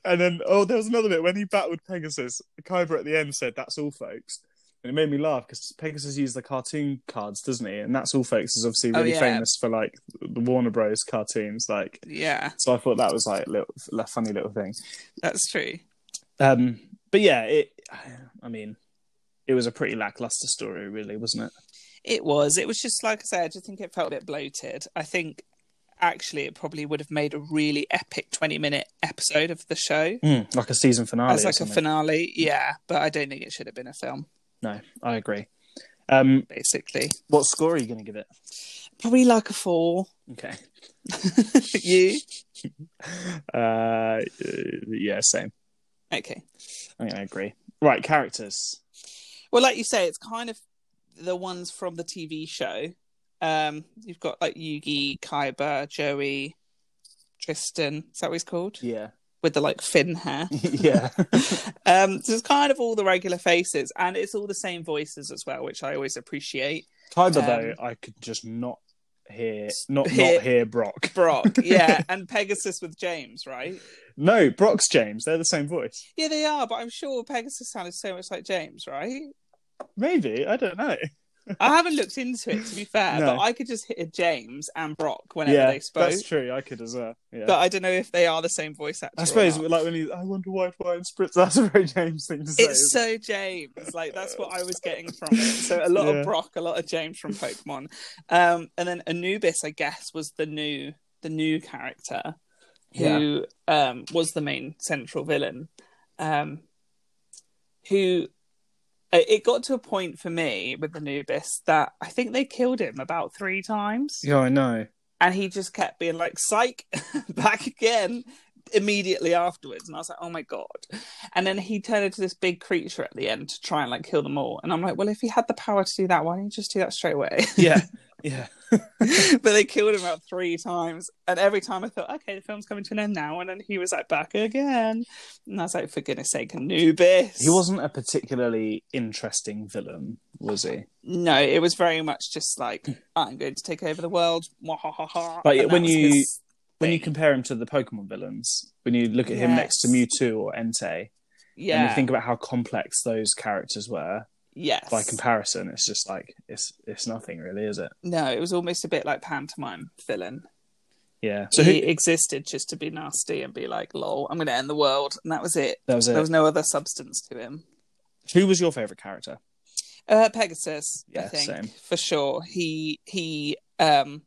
B: and then, oh, there was another bit when he battled Pegasus. Kyber at the end said, "That's all, folks." And it made me laugh because Pegasus used the cartoon cards, doesn't he? And that's all, folks is obviously
A: Oh,
B: really
A: yeah.
B: famous for like the Warner Bros. cartoons. Like,
A: Yeah,
B: so I thought that was like a little, a funny little thing.
A: that's true.
B: Um, but yeah, it. I mean, it was a pretty lackluster story, really, wasn't it?
A: It was. It was just like I said. I just think it felt a bit bloated. I think actually it probably would have made a really epic 20 minute episode of the show
B: Mm, like a season finale.
A: as
B: or
A: like a
B: something.
A: finale. Yeah, but I don't think it should have been a film,
B: no, I agree. Um,
A: basically.
B: what score are you going to give it?
A: Probably like a four.
B: Okay.
A: you?
B: Uh, yeah, same.
A: Okay.
B: I think I agree. Right, characters.
A: Well, like you say, it's kind of the ones from the TV show. Um, you've got like Yugi, Kaiba, Joey, Tristan. Is that what he's called?
B: Yeah,
A: With the like fin hair.
B: yeah,
A: Um, so it's kind of all the regular faces, and it's all the same voices as well, which I always appreciate.
B: Kaiba
A: Um,
B: though, I could just not hear, not
A: Hear-
B: not hear Brock.
A: Brock, yeah, and Pegasus with James, right?
B: No, Brock's James. They're the same voice.
A: Yeah, they are, but I'm sure Pegasus sounded so much like James, right?
B: Maybe I don't know.
A: I haven't looked into it to be fair,
B: No.
A: but I could just hear James and Brock whenever
B: yeah,
A: they spoke.
B: that's true. I could as well. Yeah.
A: But I don't know if they are the same voice actor.
B: I
A: or
B: suppose
A: not.
B: like when he, I wonder why wine spritz. That's a very James thing to say.
A: it's
B: isn't
A: so James. Like that's what I was getting from it. So a lot
B: Yeah.
A: of Brock, a lot of James from Pokemon, um, and then Anubis, I guess, was the new the new character
B: it? yeah.
A: who um, was the main central villain. Um, who it it got to a point for me with Anubis that I think they killed him about three times.
B: Yeah, I know.
A: and he just kept being like psych back again immediately afterwards and i was like oh my god and then he turned into this big creature at the end to try and like kill them all and i'm like well if he had the power to do that why didn't you just do that straight away
B: Yeah, yeah.
A: but they killed him about three times and every time i thought okay the film's coming to an end now and then he was like back again and i was like for goodness sake anubis
B: He wasn't a particularly interesting villain, was he?
A: no it was very much just like i'm going to take over the world Mwahahaha.
B: But
A: And that
B: when
A: was
B: you-
A: his
B: When you
A: thing.
B: compare him to the Pokemon villains, when you look at him next to
A: Yes.
B: Mewtwo or Entei,
A: yeah
B: and you think about how complex those characters were
A: yes
B: by comparison, it's just like it's it's nothing really, is it?
A: No, it was almost a bit like pantomime villain.
B: Yeah.
A: So
B: So
A: he
B: who,
A: existed just to be nasty and be like, "Lol, I'm going to end the world," and that was it.
B: that was it.
A: There was no other substance to him.
B: Who was your favorite character?
A: Uh, Pegasus, I
B: Yeah,
A: think,
B: same.
A: for sure. He he um,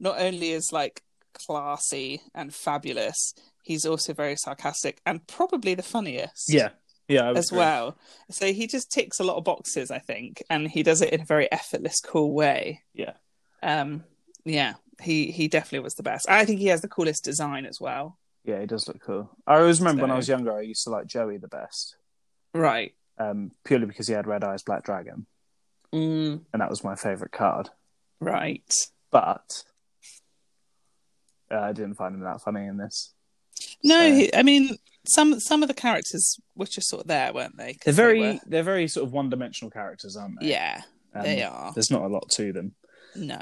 A: not only is like classy and fabulous, he's also very sarcastic and probably the funniest.
B: Yeah, yeah. I would
A: as
B: agree.
A: well. So he just ticks a lot of boxes, I think, and he does it in a very effortless, cool way.
B: Yeah.
A: Um. Yeah. He he definitely was the best. I think he has the coolest design as well.
B: Yeah, he does look cool. I always remember when I
A: So-
B: was younger, I used to like Joey the best,
A: Right.
B: um, purely because he had red eyes, black dragon,
A: Mm,
B: and that was my favorite card.
A: right.
B: But uh, I didn't find him that funny in this.
A: No,
B: So-
A: he, I mean some some of the characters were just sort of there, weren't they? 'Cause
B: They're
A: they
B: very,
A: were-
B: they're very sort of one-dimensional characters, aren't they?
A: yeah,
B: Um,
A: they are.
B: There's not a lot to them.
A: No.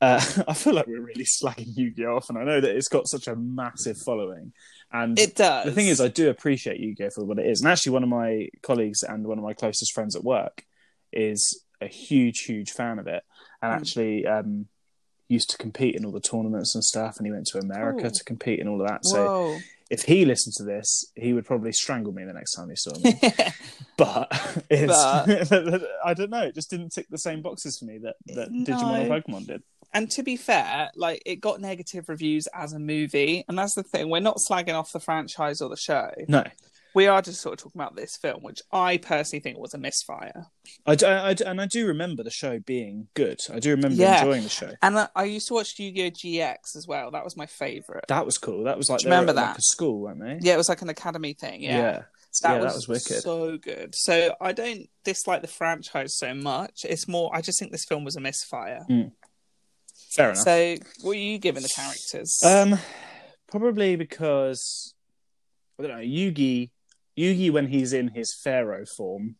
B: Uh, I feel like we're really slagging Yu-Gi-Oh off, and I know that it's got such a massive following. And
A: It does.
B: the thing is, I do appreciate Yu-Gi-Oh for what it is. And actually, one of my colleagues and one of my closest friends at work is a huge, huge fan of it, and
A: Mm.
B: actually um, used to compete in all the tournaments and stuff. And he went to America
A: Cool.
B: to compete and all of that. So
A: Oh. Whoa.
B: if he listened to this, he would probably strangle me the next time he saw me. but it's, I don't know, it just didn't tick the same boxes for me that, that Digimon
A: No.
B: and Pokemon did.
A: and to be fair, like it got negative reviews as a movie, and that's the thing. We're not slagging off the franchise or the show.
B: No,
A: we are just sort of talking about this film, which I personally think was a misfire.
B: I, d- I d- and I do remember the show being good. I do remember
A: Yeah.
B: enjoying the show.
A: And I, I used to watch Yu Gi Oh GX as well. That was my favorite.
B: That was cool. That was like
A: Do
B: they
A: you
B: were
A: remember
B: at, like
A: that?
B: a school, weren't they?
A: Yeah, it was like an academy thing. Yeah,
B: yeah,
A: That,
B: Yeah, that
A: was
B: was wicked.
A: So good. So I don't dislike the franchise so much. It's more, I just think this film was a misfire.
B: fair enough.
A: So, what are you giving the characters?
B: um, probably because I don't know Yugi. Yugi when he's in his Pharaoh form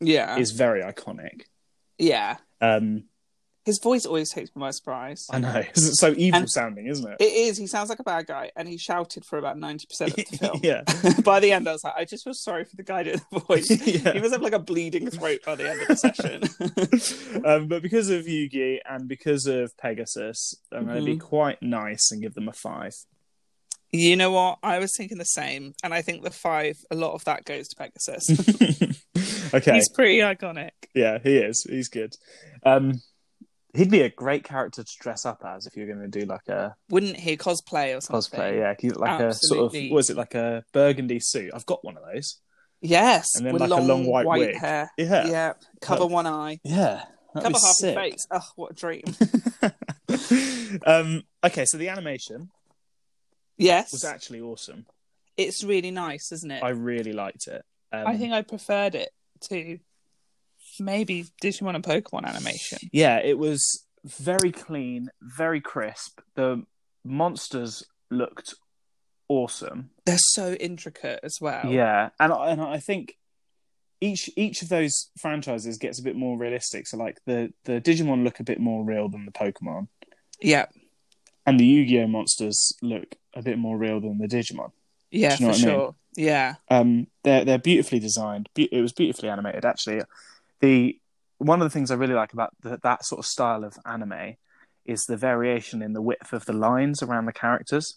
A: yeah,
B: is very iconic.
A: yeah.
B: Um,
A: His voice always takes me by surprise.
B: I know it's so evil
A: And-
B: sounding, isn't it?
A: It is. He sounds like a bad guy, and he shouted for about ninety percent of the film.
B: yeah,
A: By the end, I was like, I just feel sorry for the guy doing the voice.
B: yeah.
A: He must have like a bleeding throat by the end of the session.
B: um, but because of Yugi and because of Pegasus, I'm going to
A: Mm-hmm.
B: be quite nice and give them a five.
A: you know what? I was thinking the same, and I think the five, a lot of that goes to Pegasus.
B: okay.
A: He's pretty iconic.
B: Yeah, he is. He's good. Um, He'd be a great character to dress up as if you're going to do like a
A: Wouldn't he cosplay or something?
B: cosplay. Yeah, he's like a sort
A: Absolutely.
B: of what is it like a burgundy suit? I've got one of those.
A: Yes,
B: And then,
A: with
B: like, a
A: long,
B: long white
A: white,
B: wig.
A: hair.
B: Yeah, yeah.
A: Yeah, cover
B: Look.
A: one eye,
B: that'd
A: cover
B: be
A: half
B: sick.
A: your face. Oh, what a dream!
B: um, okay, so the animation was
A: Yes,
B: actually awesome.
A: it's really nice, isn't it?
B: I really liked it. Um,
A: I think I preferred it to maybe Digimon and Pokemon animation.
B: yeah, it was very clean, very crisp. The monsters looked awesome.
A: They're so intricate as well.
B: Yeah, and I- and I think each each of those franchises gets a bit more realistic. So like the the Digimon look a bit more real than the Pokemon,
A: yeah,
B: and the Yu-Gi-Oh monsters look a bit more real than the Digimon.
A: yeah,
B: Do
A: for
B: you know what I mean?
A: sure. Yeah,
B: Um, they're they're beautifully designed. Be- it was beautifully animated, actually. The one of the things I really like about the, that sort of style of anime is the variation in the width of the lines around the characters.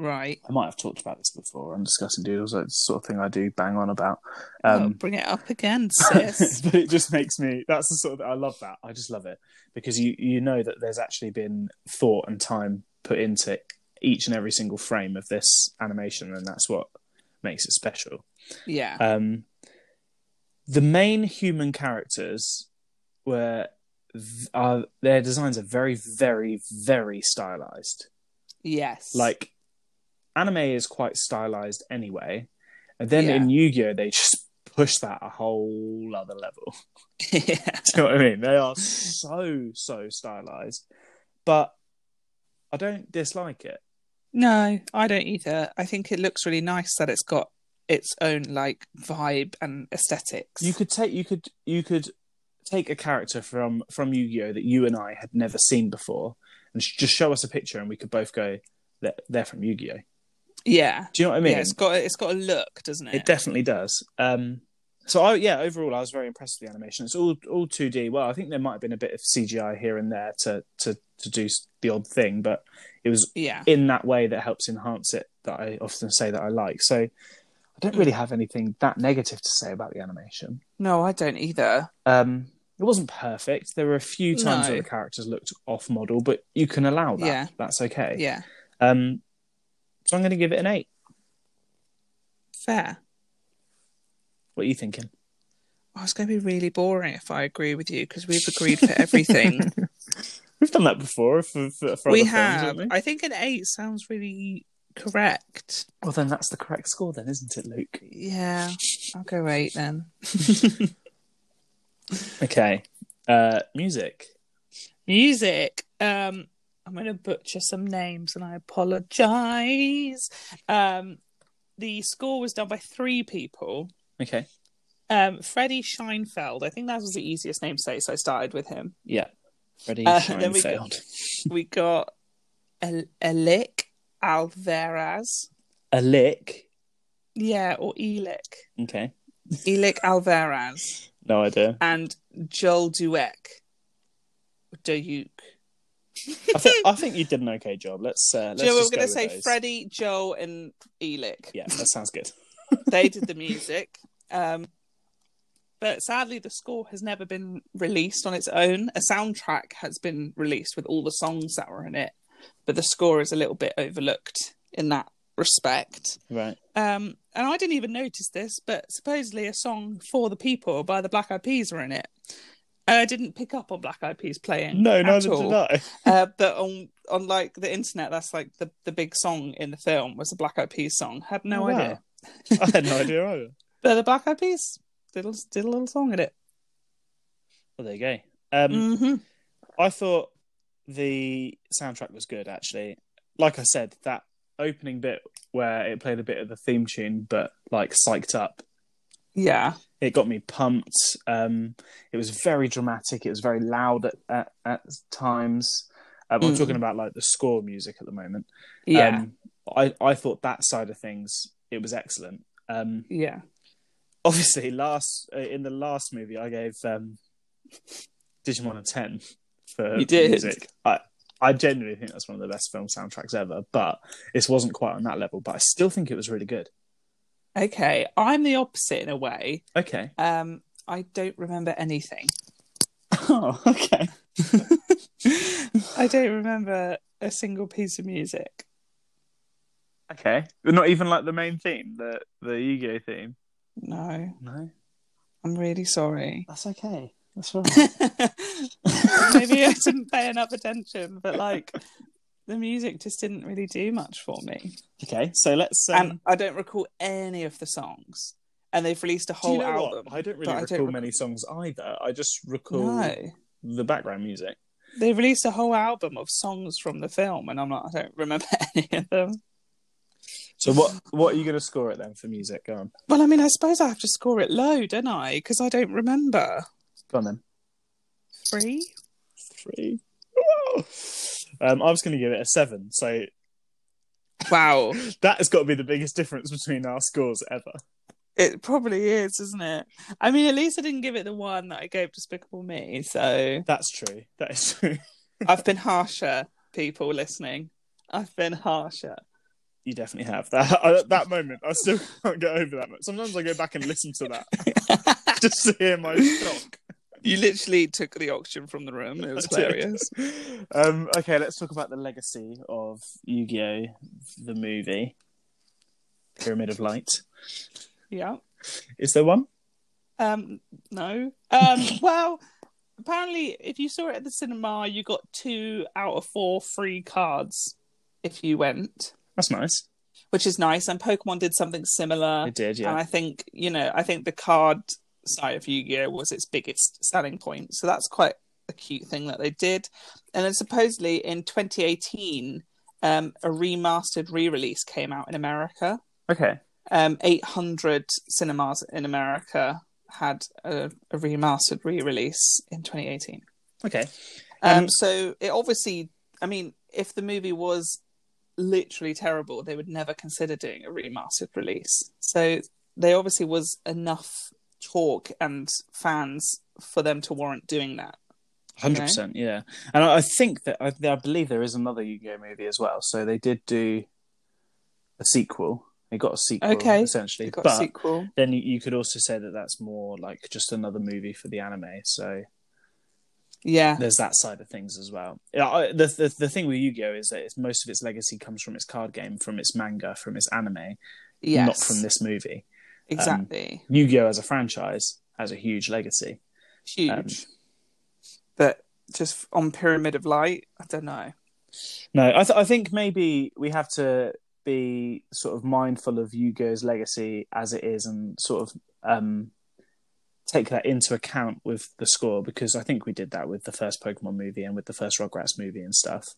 A: right.
B: I might have talked about this before. I'm discussing doodles. It's the sort of thing I do bang on about.
A: oh,
B: Um,
A: bring it up again, sis.
B: but it just makes me. That's the sort of. I love that. I just love it because you you know that there's actually been thought and time put into each and every single frame of this animation, and that's what makes it special.
A: yeah,
B: Um, the main human characters were v- are their designs are very, very, very stylized.
A: yes.
B: Like anime is quite stylized anyway, and then
A: Yeah.
B: in Yu-Gi-Oh they just push that a whole other level.
A: yeah,
B: Do you know what I mean? They are so so stylized, but I don't dislike it.
A: no, I don't either. I think it looks really nice that it's got its own like vibe and aesthetics.
B: you could take you could you could take a character from from Yu-Gi-Oh that you and I had never seen before and sh- just show us a picture and we could both go they're, they're from Yu-Gi-Oh.
A: yeah,
B: Do you know what I mean?
A: yeah. It's got it's got a look, doesn't it?
B: it definitely does. Um so I yeah, overall I was very impressed with the animation. It's all all 2D. Well, I think there might have been a bit of CGI here and there to to to do s- the odd thing, but it was
A: yeah,
B: in that way that helps enhance it that I often say that I like. So I don't really have anything that negative to say about the animation.
A: no, I don't either.
B: Um, it wasn't perfect. There were a few times
A: No.
B: where the characters looked off model, but you can allow that.
A: Yeah.
B: That's okay.
A: Yeah,
B: Um, so I'm going to give it an eight.
A: fair.
B: What are you thinking?
A: Oh, it's going to be really boring if I agree with you because we've agreed for everything.
B: We've done that before for, for, for
A: we
B: other films,
A: have.
B: haven't we?
A: I think an eight sounds really correct.
B: Well, then that's the correct score, then, isn't it, Luke?
A: Yeah, I'll go eight then.
B: Okay. Uh, music.
A: Music. Um, I'm going to butcher some names and I apologize. Um, the score was done by three people.
B: Okay.
A: Um, Freddie Scheinfeld. I think that was the easiest name to say, so I started with him.
B: Yeah. Freddie
A: Uh, then we go-
B: Scheinfeld.
A: we got El- Elik Alvarez.
B: A lick.
A: Yeah, or Elik.
B: Okay.
A: Elik Alvarez
B: No idea.
A: and Joel Duek. Duke.
B: I think, I think you did an okay job. Let's. Uh, let's
A: Joe, we
B: just
A: we're going
B: go
A: to say
B: with those.
A: Freddie, Joel, and Elik.
B: Yeah, that sounds good.
A: They did the music. Um, but sadly, the score has never been released on its own. A soundtrack has been released with all the songs that were in it, but the score is a little bit overlooked in that respect.
B: Right.
A: Um, and I didn't even notice this, but supposedly a song for the people by the Black Eyed Peas were in it. And I didn't pick up on Black Eyed Peas playing.
B: No,
A: at
B: neither
A: all.
B: did I.
A: Uh, but on on like the internet, that's like the the big song in the film was a Black Eyed Peas song. Had no
B: Oh, wow.
A: idea.
B: I had no idea either.
A: But the Black Eyed Peas did a, did a little song in it.
B: Well, there you go. Um,
A: hmm
B: I thought the soundtrack was good, actually. Like I said, that opening bit where it played a bit of the theme tune, but like psyched up,
A: Yeah,
B: it got me pumped. Um, it was very dramatic. It was very loud at at, at times. Um, I'm
A: Mm.
B: talking about like the score music at the moment.
A: yeah,
B: Um, I I thought that side of things it was excellent. Um,
A: yeah.
B: obviously, last uh, in the last movie, I gave um, Digimon a ten for
A: You did.
B: music. I I genuinely think that's one of the best film soundtracks ever, but this wasn't quite on that level. But I still think it was really good.
A: Okay, I'm the opposite in a way.
B: Okay.
A: Um, I don't remember anything.
B: Oh, okay.
A: I don't remember a single piece of music.
C: Okay, but not even like the main theme, the the Yu-Gi-Oh theme.
A: No,
B: no,
A: I'm really sorry.
B: that's okay. That's all right.
A: Maybe I didn't pay enough attention, but like the music just didn't really do much for me.
B: okay, so let's. Um,
A: and I don't recall any of the songs. And they've released a
B: do
A: whole
B: you know what?
A: album.
B: I don't really
A: but I
B: recall
A: don't
B: many
A: recall-
B: songs either. I just recall
A: No.
B: the background music.
A: They released a whole album of songs from the film, and I'm like, I don't remember any of them.
B: So what what are you going to score it then for music? Go on,
A: Well, I mean, I suppose I have to score it low, don't I? Because I don't remember.
B: go on then.
A: Three?
B: Three. Um, I was going to give it a seven. So
A: Wow.
B: that has got to be the biggest difference between our scores ever.
A: it probably is, isn't it? I mean, at least I didn't give it the one that I gave Despicable Me. So
B: That's true. That is true.
A: I've been harsher, people listening. I've been harsher.
B: You definitely have that. I, at that moment, I still can't get over that. Sometimes I go back and listen to that just to hear my shock.
A: you literally took the oxygen from the room. It was hilarious.
B: Um, okay, let's talk about the legacy of Yu-Gi-Oh, the movie, Pyramid of Light.
A: Yeah.
B: Is there one?
A: Um, no. Um, well, apparently, if you saw it at the cinema, you got two out of four free cards if you went,
B: That's nice.
A: which is nice. And Pokemon did something similar.
B: It did,
A: And
B: yeah.
A: I think, you know, I think the card side of Yu Gi Oh! was its biggest selling point. So that's quite a cute thing that they did. And then supposedly in 2018, um, a remastered re release came out in America.
C: Okay,
A: Um, 800 cinemas in America had a, a remastered re release in 2018.
B: Okay.
A: Um,
B: Um,
A: so it obviously, I mean, if the movie was literally terrible, they would never consider doing a remastered release. So there obviously was enough talk and fans for them to warrant doing that.
B: Hundred percent, yeah. And I I think that I, I believe there is another Yu-Gi-Oh movie as well. So they did do a sequel. They got a sequel,
A: Okay.
B: essentially.
A: It got
B: But
A: a sequel.
B: then you, you could also say that that's more like just another movie for the anime. So
A: Yeah.
B: there's that side of things as well. Yeah, I, the, the the thing with Yu-Gi-Oh is that it's, most of its legacy comes from its card game, from its manga, from its anime,
A: Yes.
B: not from this um, movie.
A: exactly.
B: Yu-Gi-Oh as a franchise has a huge legacy.
A: Huge.
B: um,
A: but just on Pyramid of Light, I don't know.
B: No, I, th- I think maybe we have to be sort of mindful of Yugo's legacy as it is and sort of um, take that into account with the score because I think we did that with the first Pokemon movie and with the first Rugrats movie and stuff.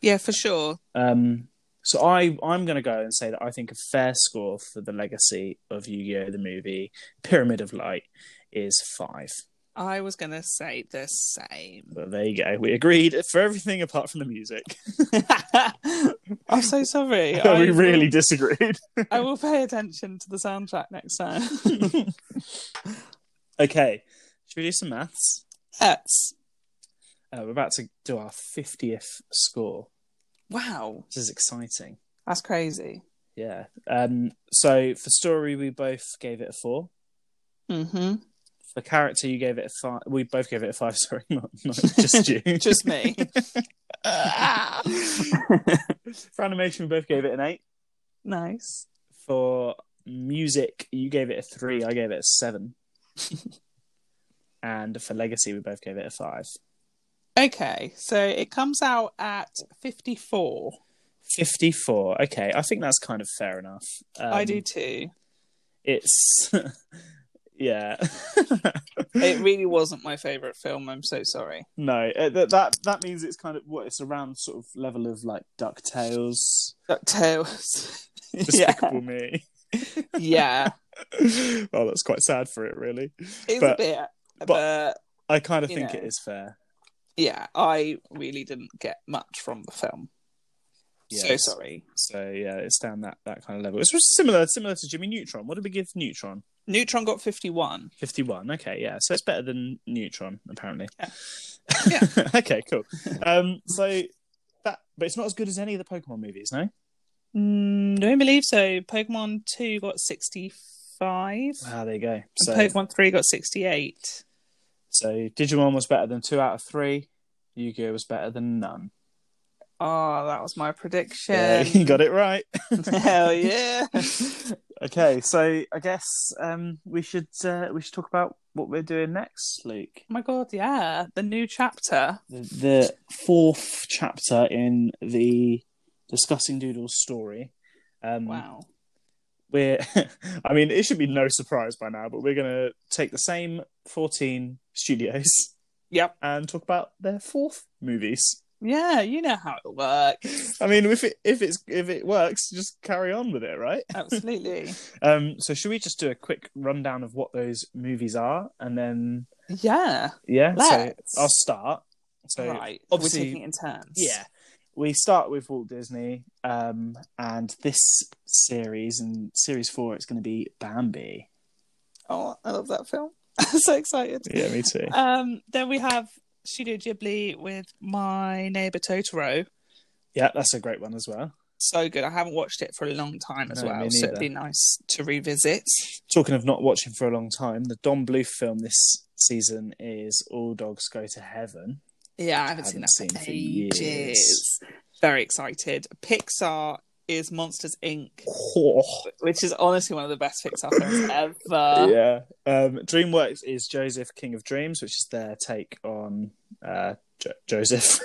A: Yeah, for sure.
B: Um, so I, I'm going to go and say that I think a fair score for the legacy of Yu-Gi-Oh! the movie, Pyramid of Light, is five.
A: I was going to say the same.
B: But there you go. We agreed for everything apart from the music.
A: I'm so sorry. I
B: we really
A: will-
B: disagreed.
A: I will pay attention to the soundtrack next time.
B: okay, should we do some maths?
A: That's
B: Uh, we're about to do our 50th score.
A: wow.
B: This is exciting.
A: That's crazy.
B: Yeah. Um, so for story, we both gave it a four.
A: hmm
B: For character, you gave it a five. We both gave it a five. Sorry, not, not just you.
A: Just me.
B: for animation, we both gave it an eight.
A: nice.
B: For music, you gave it a three. I gave it a seven. and for legacy, we both gave it a five.
A: Okay, so it comes out at 54.
B: 54. Okay, I think that's kind of fair enough. Um,
A: I do too.
B: It's yeah.
A: It really wasn't my favorite film. I'm so sorry.
B: no, uh, that that that means it's kind of what it's around sort of level of like Ducktales,
A: uh, DuckTales. yeah.
B: Despicable Me.
A: Yeah.
B: oh, that's quite sad for it, really.
A: It's
B: But-
A: a bit,
B: but-
A: but,
B: I kind of
A: You
B: think
A: know.
B: it is fair.
A: yeah, I really didn't get much from the film. So
B: Yes.
A: sorry.
B: So yeah, it's down that that kind of level. It's sort of similar similar to Jimmy Neutron. What did we give Neutron?
A: Neutron got 51.
B: Fifty one. Okay, yeah. So it's better than Neutron apparently.
A: Yeah.
B: okay, cool. Um, so that, but it's not as good as any of the Pokemon movies, no.
A: Mm, don't believe so. Pokemon 2 got 65.
B: Ah, there you go.
A: And
B: So,
A: Pokemon 3 got 68.
B: so Digimon was better than two out of three. Yu-Gi-Oh was better than none.
A: Oh, that was my prediction. Oh
B: Yeah, you got it right.
A: Hell yeah.
B: okay, so I guess um, we should uh, we should talk about what we're doing next,
A: Oh
B: Luke.
A: my god, yeah. The new chapter.
B: The, the fourth chapter in the discussing Doodle's story. Um,
A: Wow.
B: We're, I mean, it should be no surprise by now, but we're gonna take the same fourteen studios
A: Yep.
B: and talk about their fourth movies.
A: Yeah, you know how it works.
B: I mean, if it if it's if it works, just carry on with it, right?
A: Absolutely.
B: Um, so should we just do a quick rundown of what those movies are, and then
A: yeah.
B: yeah,
A: Let's.
B: so I'll start. So
A: right.
B: obviously-
A: We're taking it in turns.
B: yeah, we start with Walt Disney, um, and this series and series four, it's going to be Bambi.
A: Oh, I love that film. so excited.
B: Yeah, me too.
A: Um, then we have Studio Ghibli with My Neighbor Totoro.
B: yeah, that's a great one as well.
A: So good. I haven't watched it for a long time as
B: No,
A: well,
B: me
A: so it'd
B: neither.
A: be nice to revisit.
B: Talking of not watching for a long time, the Don Bluth film this season is All Dogs Go to Heaven.
A: Yeah, I haven't,
B: Haven't
A: seen that
B: seen
A: for
B: for
A: ages.
B: years.
A: Very excited. Pixar is Monsters Inc.,
B: Oh,
A: which is honestly one of the best Pixar films ever.
B: yeah. Um, DreamWorks is Joseph King of Dreams, which is their take on uh, jo- Joseph.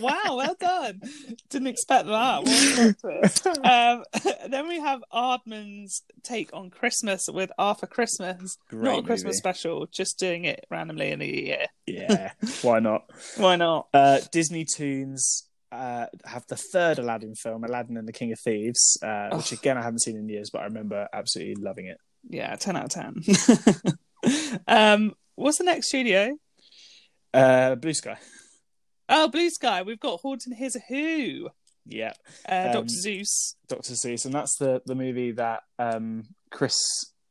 A: Wow, well done. Didn't expect that. Well done to it. um, then we have Aardman's take on Christmas with Arthur Christmas.
B: Great
A: Not a
B: movie.
A: Christmas special, just doing it randomly in a year.
B: Yeah, why not?
A: Why not?
B: Uh, Disney Toons uh, have the third Aladdin film, Aladdin and the King of Thieves, uh, which
A: Ugh.
B: again I haven't seen in years, but I remember absolutely loving it.
A: Yeah, 10 out of 10. um, what's the next studio?
B: Uh, Blue Sky.
A: Oh, Blue Sky. We've got Horton Here's a Who,
B: Yeah,
A: uh,
B: Um,
A: Dr. Zeus.
B: Doctor Seuss, and that's the the movie that um, Chris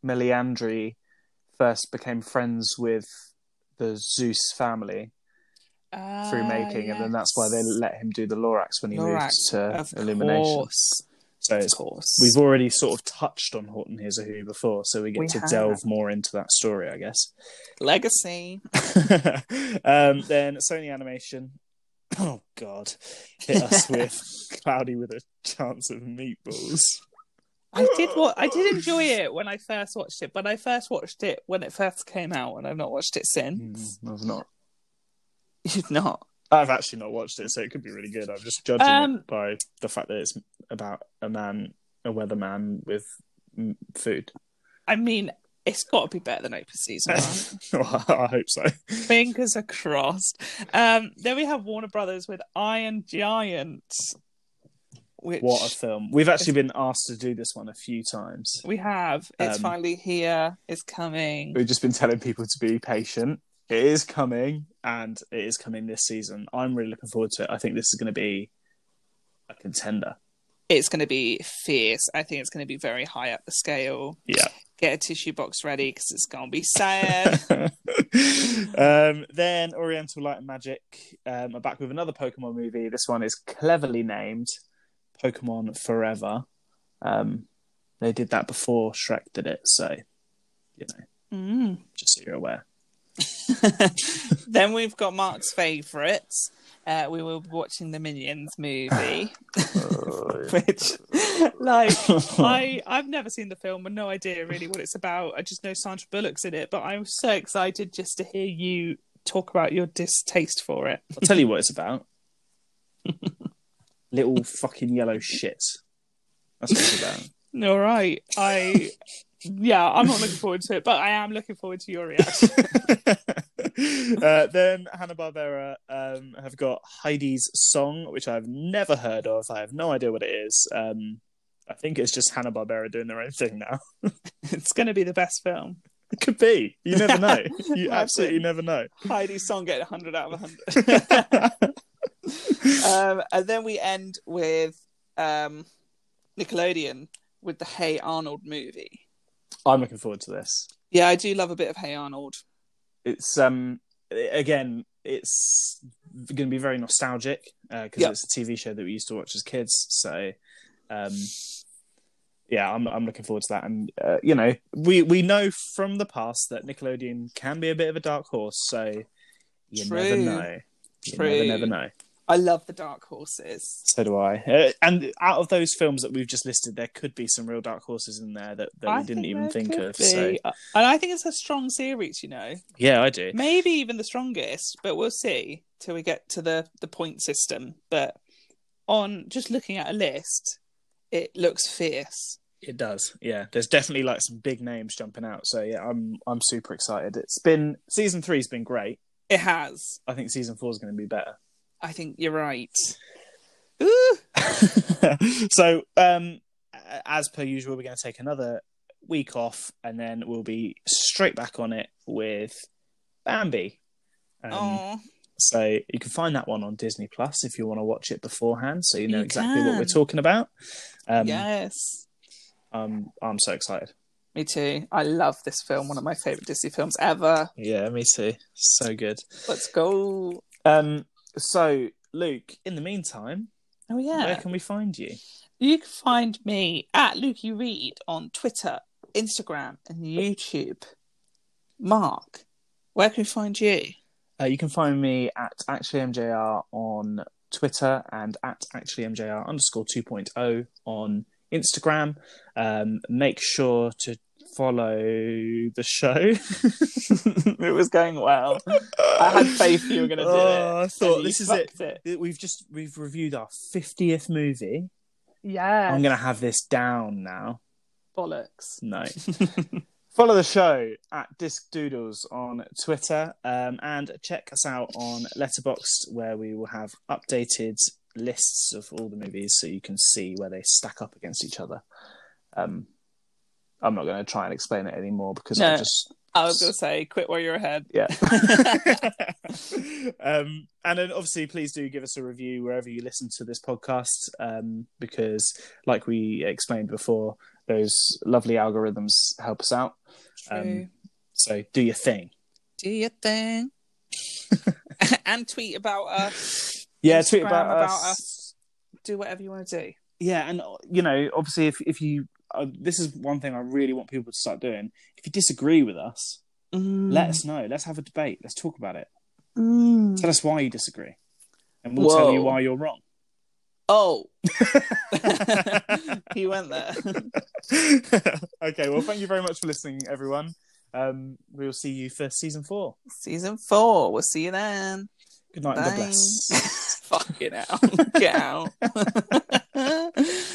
B: Meliandri first became friends with the Zeus family through
A: Ah,
B: making, and then that's why they
A: yes.
B: let him do the Lorax when he
A: Lorax,
B: moved
A: Of
B: to Illumination.
A: course.
B: So
A: Of
B: it's
A: course.
B: We've already sort of touched on Horton Hears a Who before, so we get
A: We
B: to
A: have.
B: delve more into that story, I guess.
A: Legacy.
B: um, then Sony Animation, oh god, hit us with Cloudy with a Chance of Meatballs.
A: I did what I did enjoy it when I first watched it, but I first watched it when it first came out, and I've not watched it since.
B: Mm, I've not. Mm.
A: You've not.
B: I've actually not watched it, so it could be really good. I'm just judging
A: Um,
B: it by the fact that it's about a man, a weatherman with mm, food.
A: I mean, it's got to be better than open season. Right?
B: Well, I hope so.
A: Fingers are crossed. Um, then we have Warner Brothers with Iron Giant, which
B: What a film! We've actually been asked to do this one a few times.
A: we have. It's
B: Um,
A: finally here. It's coming.
B: We've just been telling people to be patient. It is coming, and it is coming this season. I'm really looking forward to it. I think this is going to be a contender.
A: It's going to be fierce. I think it's going to be very high up the scale.
B: Yeah.
A: Get a tissue box ready because it's going to be sad.
B: um, then Oriental Light and Magic um, are back with another Pokemon movie. This one is cleverly named Pokemon Forever. Um, they did that before Shrek did it, so you know,
A: Mm.
B: just so you're aware.
A: then we've got Mark's favourites. Uh, we were watching the Minions movie, which, like, I I've never seen the film and no idea really what it's about. I just know Sandra Bullock's in it, but I'm so excited just to hear you talk about your distaste for it.
B: I'll tell you what it's about. Little fucking yellow shit. That's what it's about.
A: All right, I yeah, I'm not looking forward to it, but I am looking forward to your reaction.
B: uh, then Hanna Barbera um, have got Heidi's song, which I've never heard of. I have no idea what it is. Um, I think it's just Hanna Barbera doing their own thing now.
A: it's going to be the best film.
B: It could be. You never know. You
A: Might
B: absolutely
A: be.
B: never know.
A: Heidi's song get 100 out of 100. um, and then we end with um, Nickelodeon with the Hey Arnold movie.
B: I'm looking forward to this.
A: Yeah, I do love a bit of Hey Arnold.
B: It's um again, it's going to be very nostalgic because
A: Yep.
B: it's a TV show that we used to watch as kids. So, um, yeah, I'm I'm looking forward to that. And uh, you know, we we know from the past that Nickelodeon can be a bit of a dark horse. So you
A: True.
B: never know. You
A: True.
B: never, never know.
A: I love the Dark Horses.
B: So do I. Uh, and out of those films that we've just listed, there could be some real dark horses in there that, that
A: I
B: we didn't even
A: there
B: think
A: could
B: of. So
A: be. Uh, And I think it's a strong series, you know.
B: yeah, I do.
A: Maybe even the strongest, but we'll see till we get to the the point system. But on just looking at a list, it looks fierce.
B: It does. Yeah, there's definitely like some big names jumping out. So yeah, I'm I'm super excited. It's been season three's been great.
A: It has.
B: I think season four's going to be better.
A: I think you're right. Ooh,
B: so, um, a- as per usual, we're going to take another week off, and then we'll be straight back on it with Bambi. Um,
A: aw.
B: So you can find that one on Disney Plus if you want to watch it beforehand, so you know
A: You
B: exactly what we're
A: can.
B: talking about. Um,
A: yes.
B: um, I'm so excited.
A: Me too. I love this film. One of my favorite Disney films ever.
B: Yeah, me too. So good.
A: Let's go.
B: Um, so Luke, in the meantime,
A: Oh
B: where
A: yeah.
B: can we find you?
A: You can find me at Lukey Reed on Twitter, Instagram, and YouTube. Mark, where can we find you?
B: Uh, you can find me at actually MJR on Twitter and at actually MJR underscore 2.0 on Instagram. Um, make sure to follow the show. it was going well.
A: I had faith you were going to do
B: Oh,
A: it.
B: I thought
A: and you
B: this is it.
A: fucked it.
B: We've just we've reviewed our 50th movie.
A: Yeah.
B: I'm going to have this down now.
A: Um, Bollocks.
B: No. Follow the show at Disc Doodles on Twitter um, and check us out on Letterboxd, where we will have updated lists of all the movies so you can see where they stack up against each other. Um, I'm not going to try and explain it anymore because I
A: No.
B: just.
A: I was going to say, quit while you're ahead.
B: Yeah. um, and then obviously, please do give us a review wherever you listen to this podcast um, because, like we explained before, those lovely algorithms help us out. Um,
A: True.
B: So do your thing.
A: do your thing. and tweet about us.
B: Yeah, tweet
A: Instagram
B: about,
A: about
B: us.
A: us. Do whatever you want to do.
B: uh, Yeah, and you know, obviously, if if you uh, this is one thing I really want people to start doing. If you disagree with us, let us know. Let's have a debate. Let's talk about it.
A: Mm.
B: Tell us why you disagree, and we'll tell you
A: Whoa.
B: why you're wrong.
A: Oh. he went there.
B: okay, well, thank you very much for listening, everyone. Um, we will see you for season four.
A: Season four. We'll see you then.
B: Good night and God bless.
A: Fucking hell. Get out.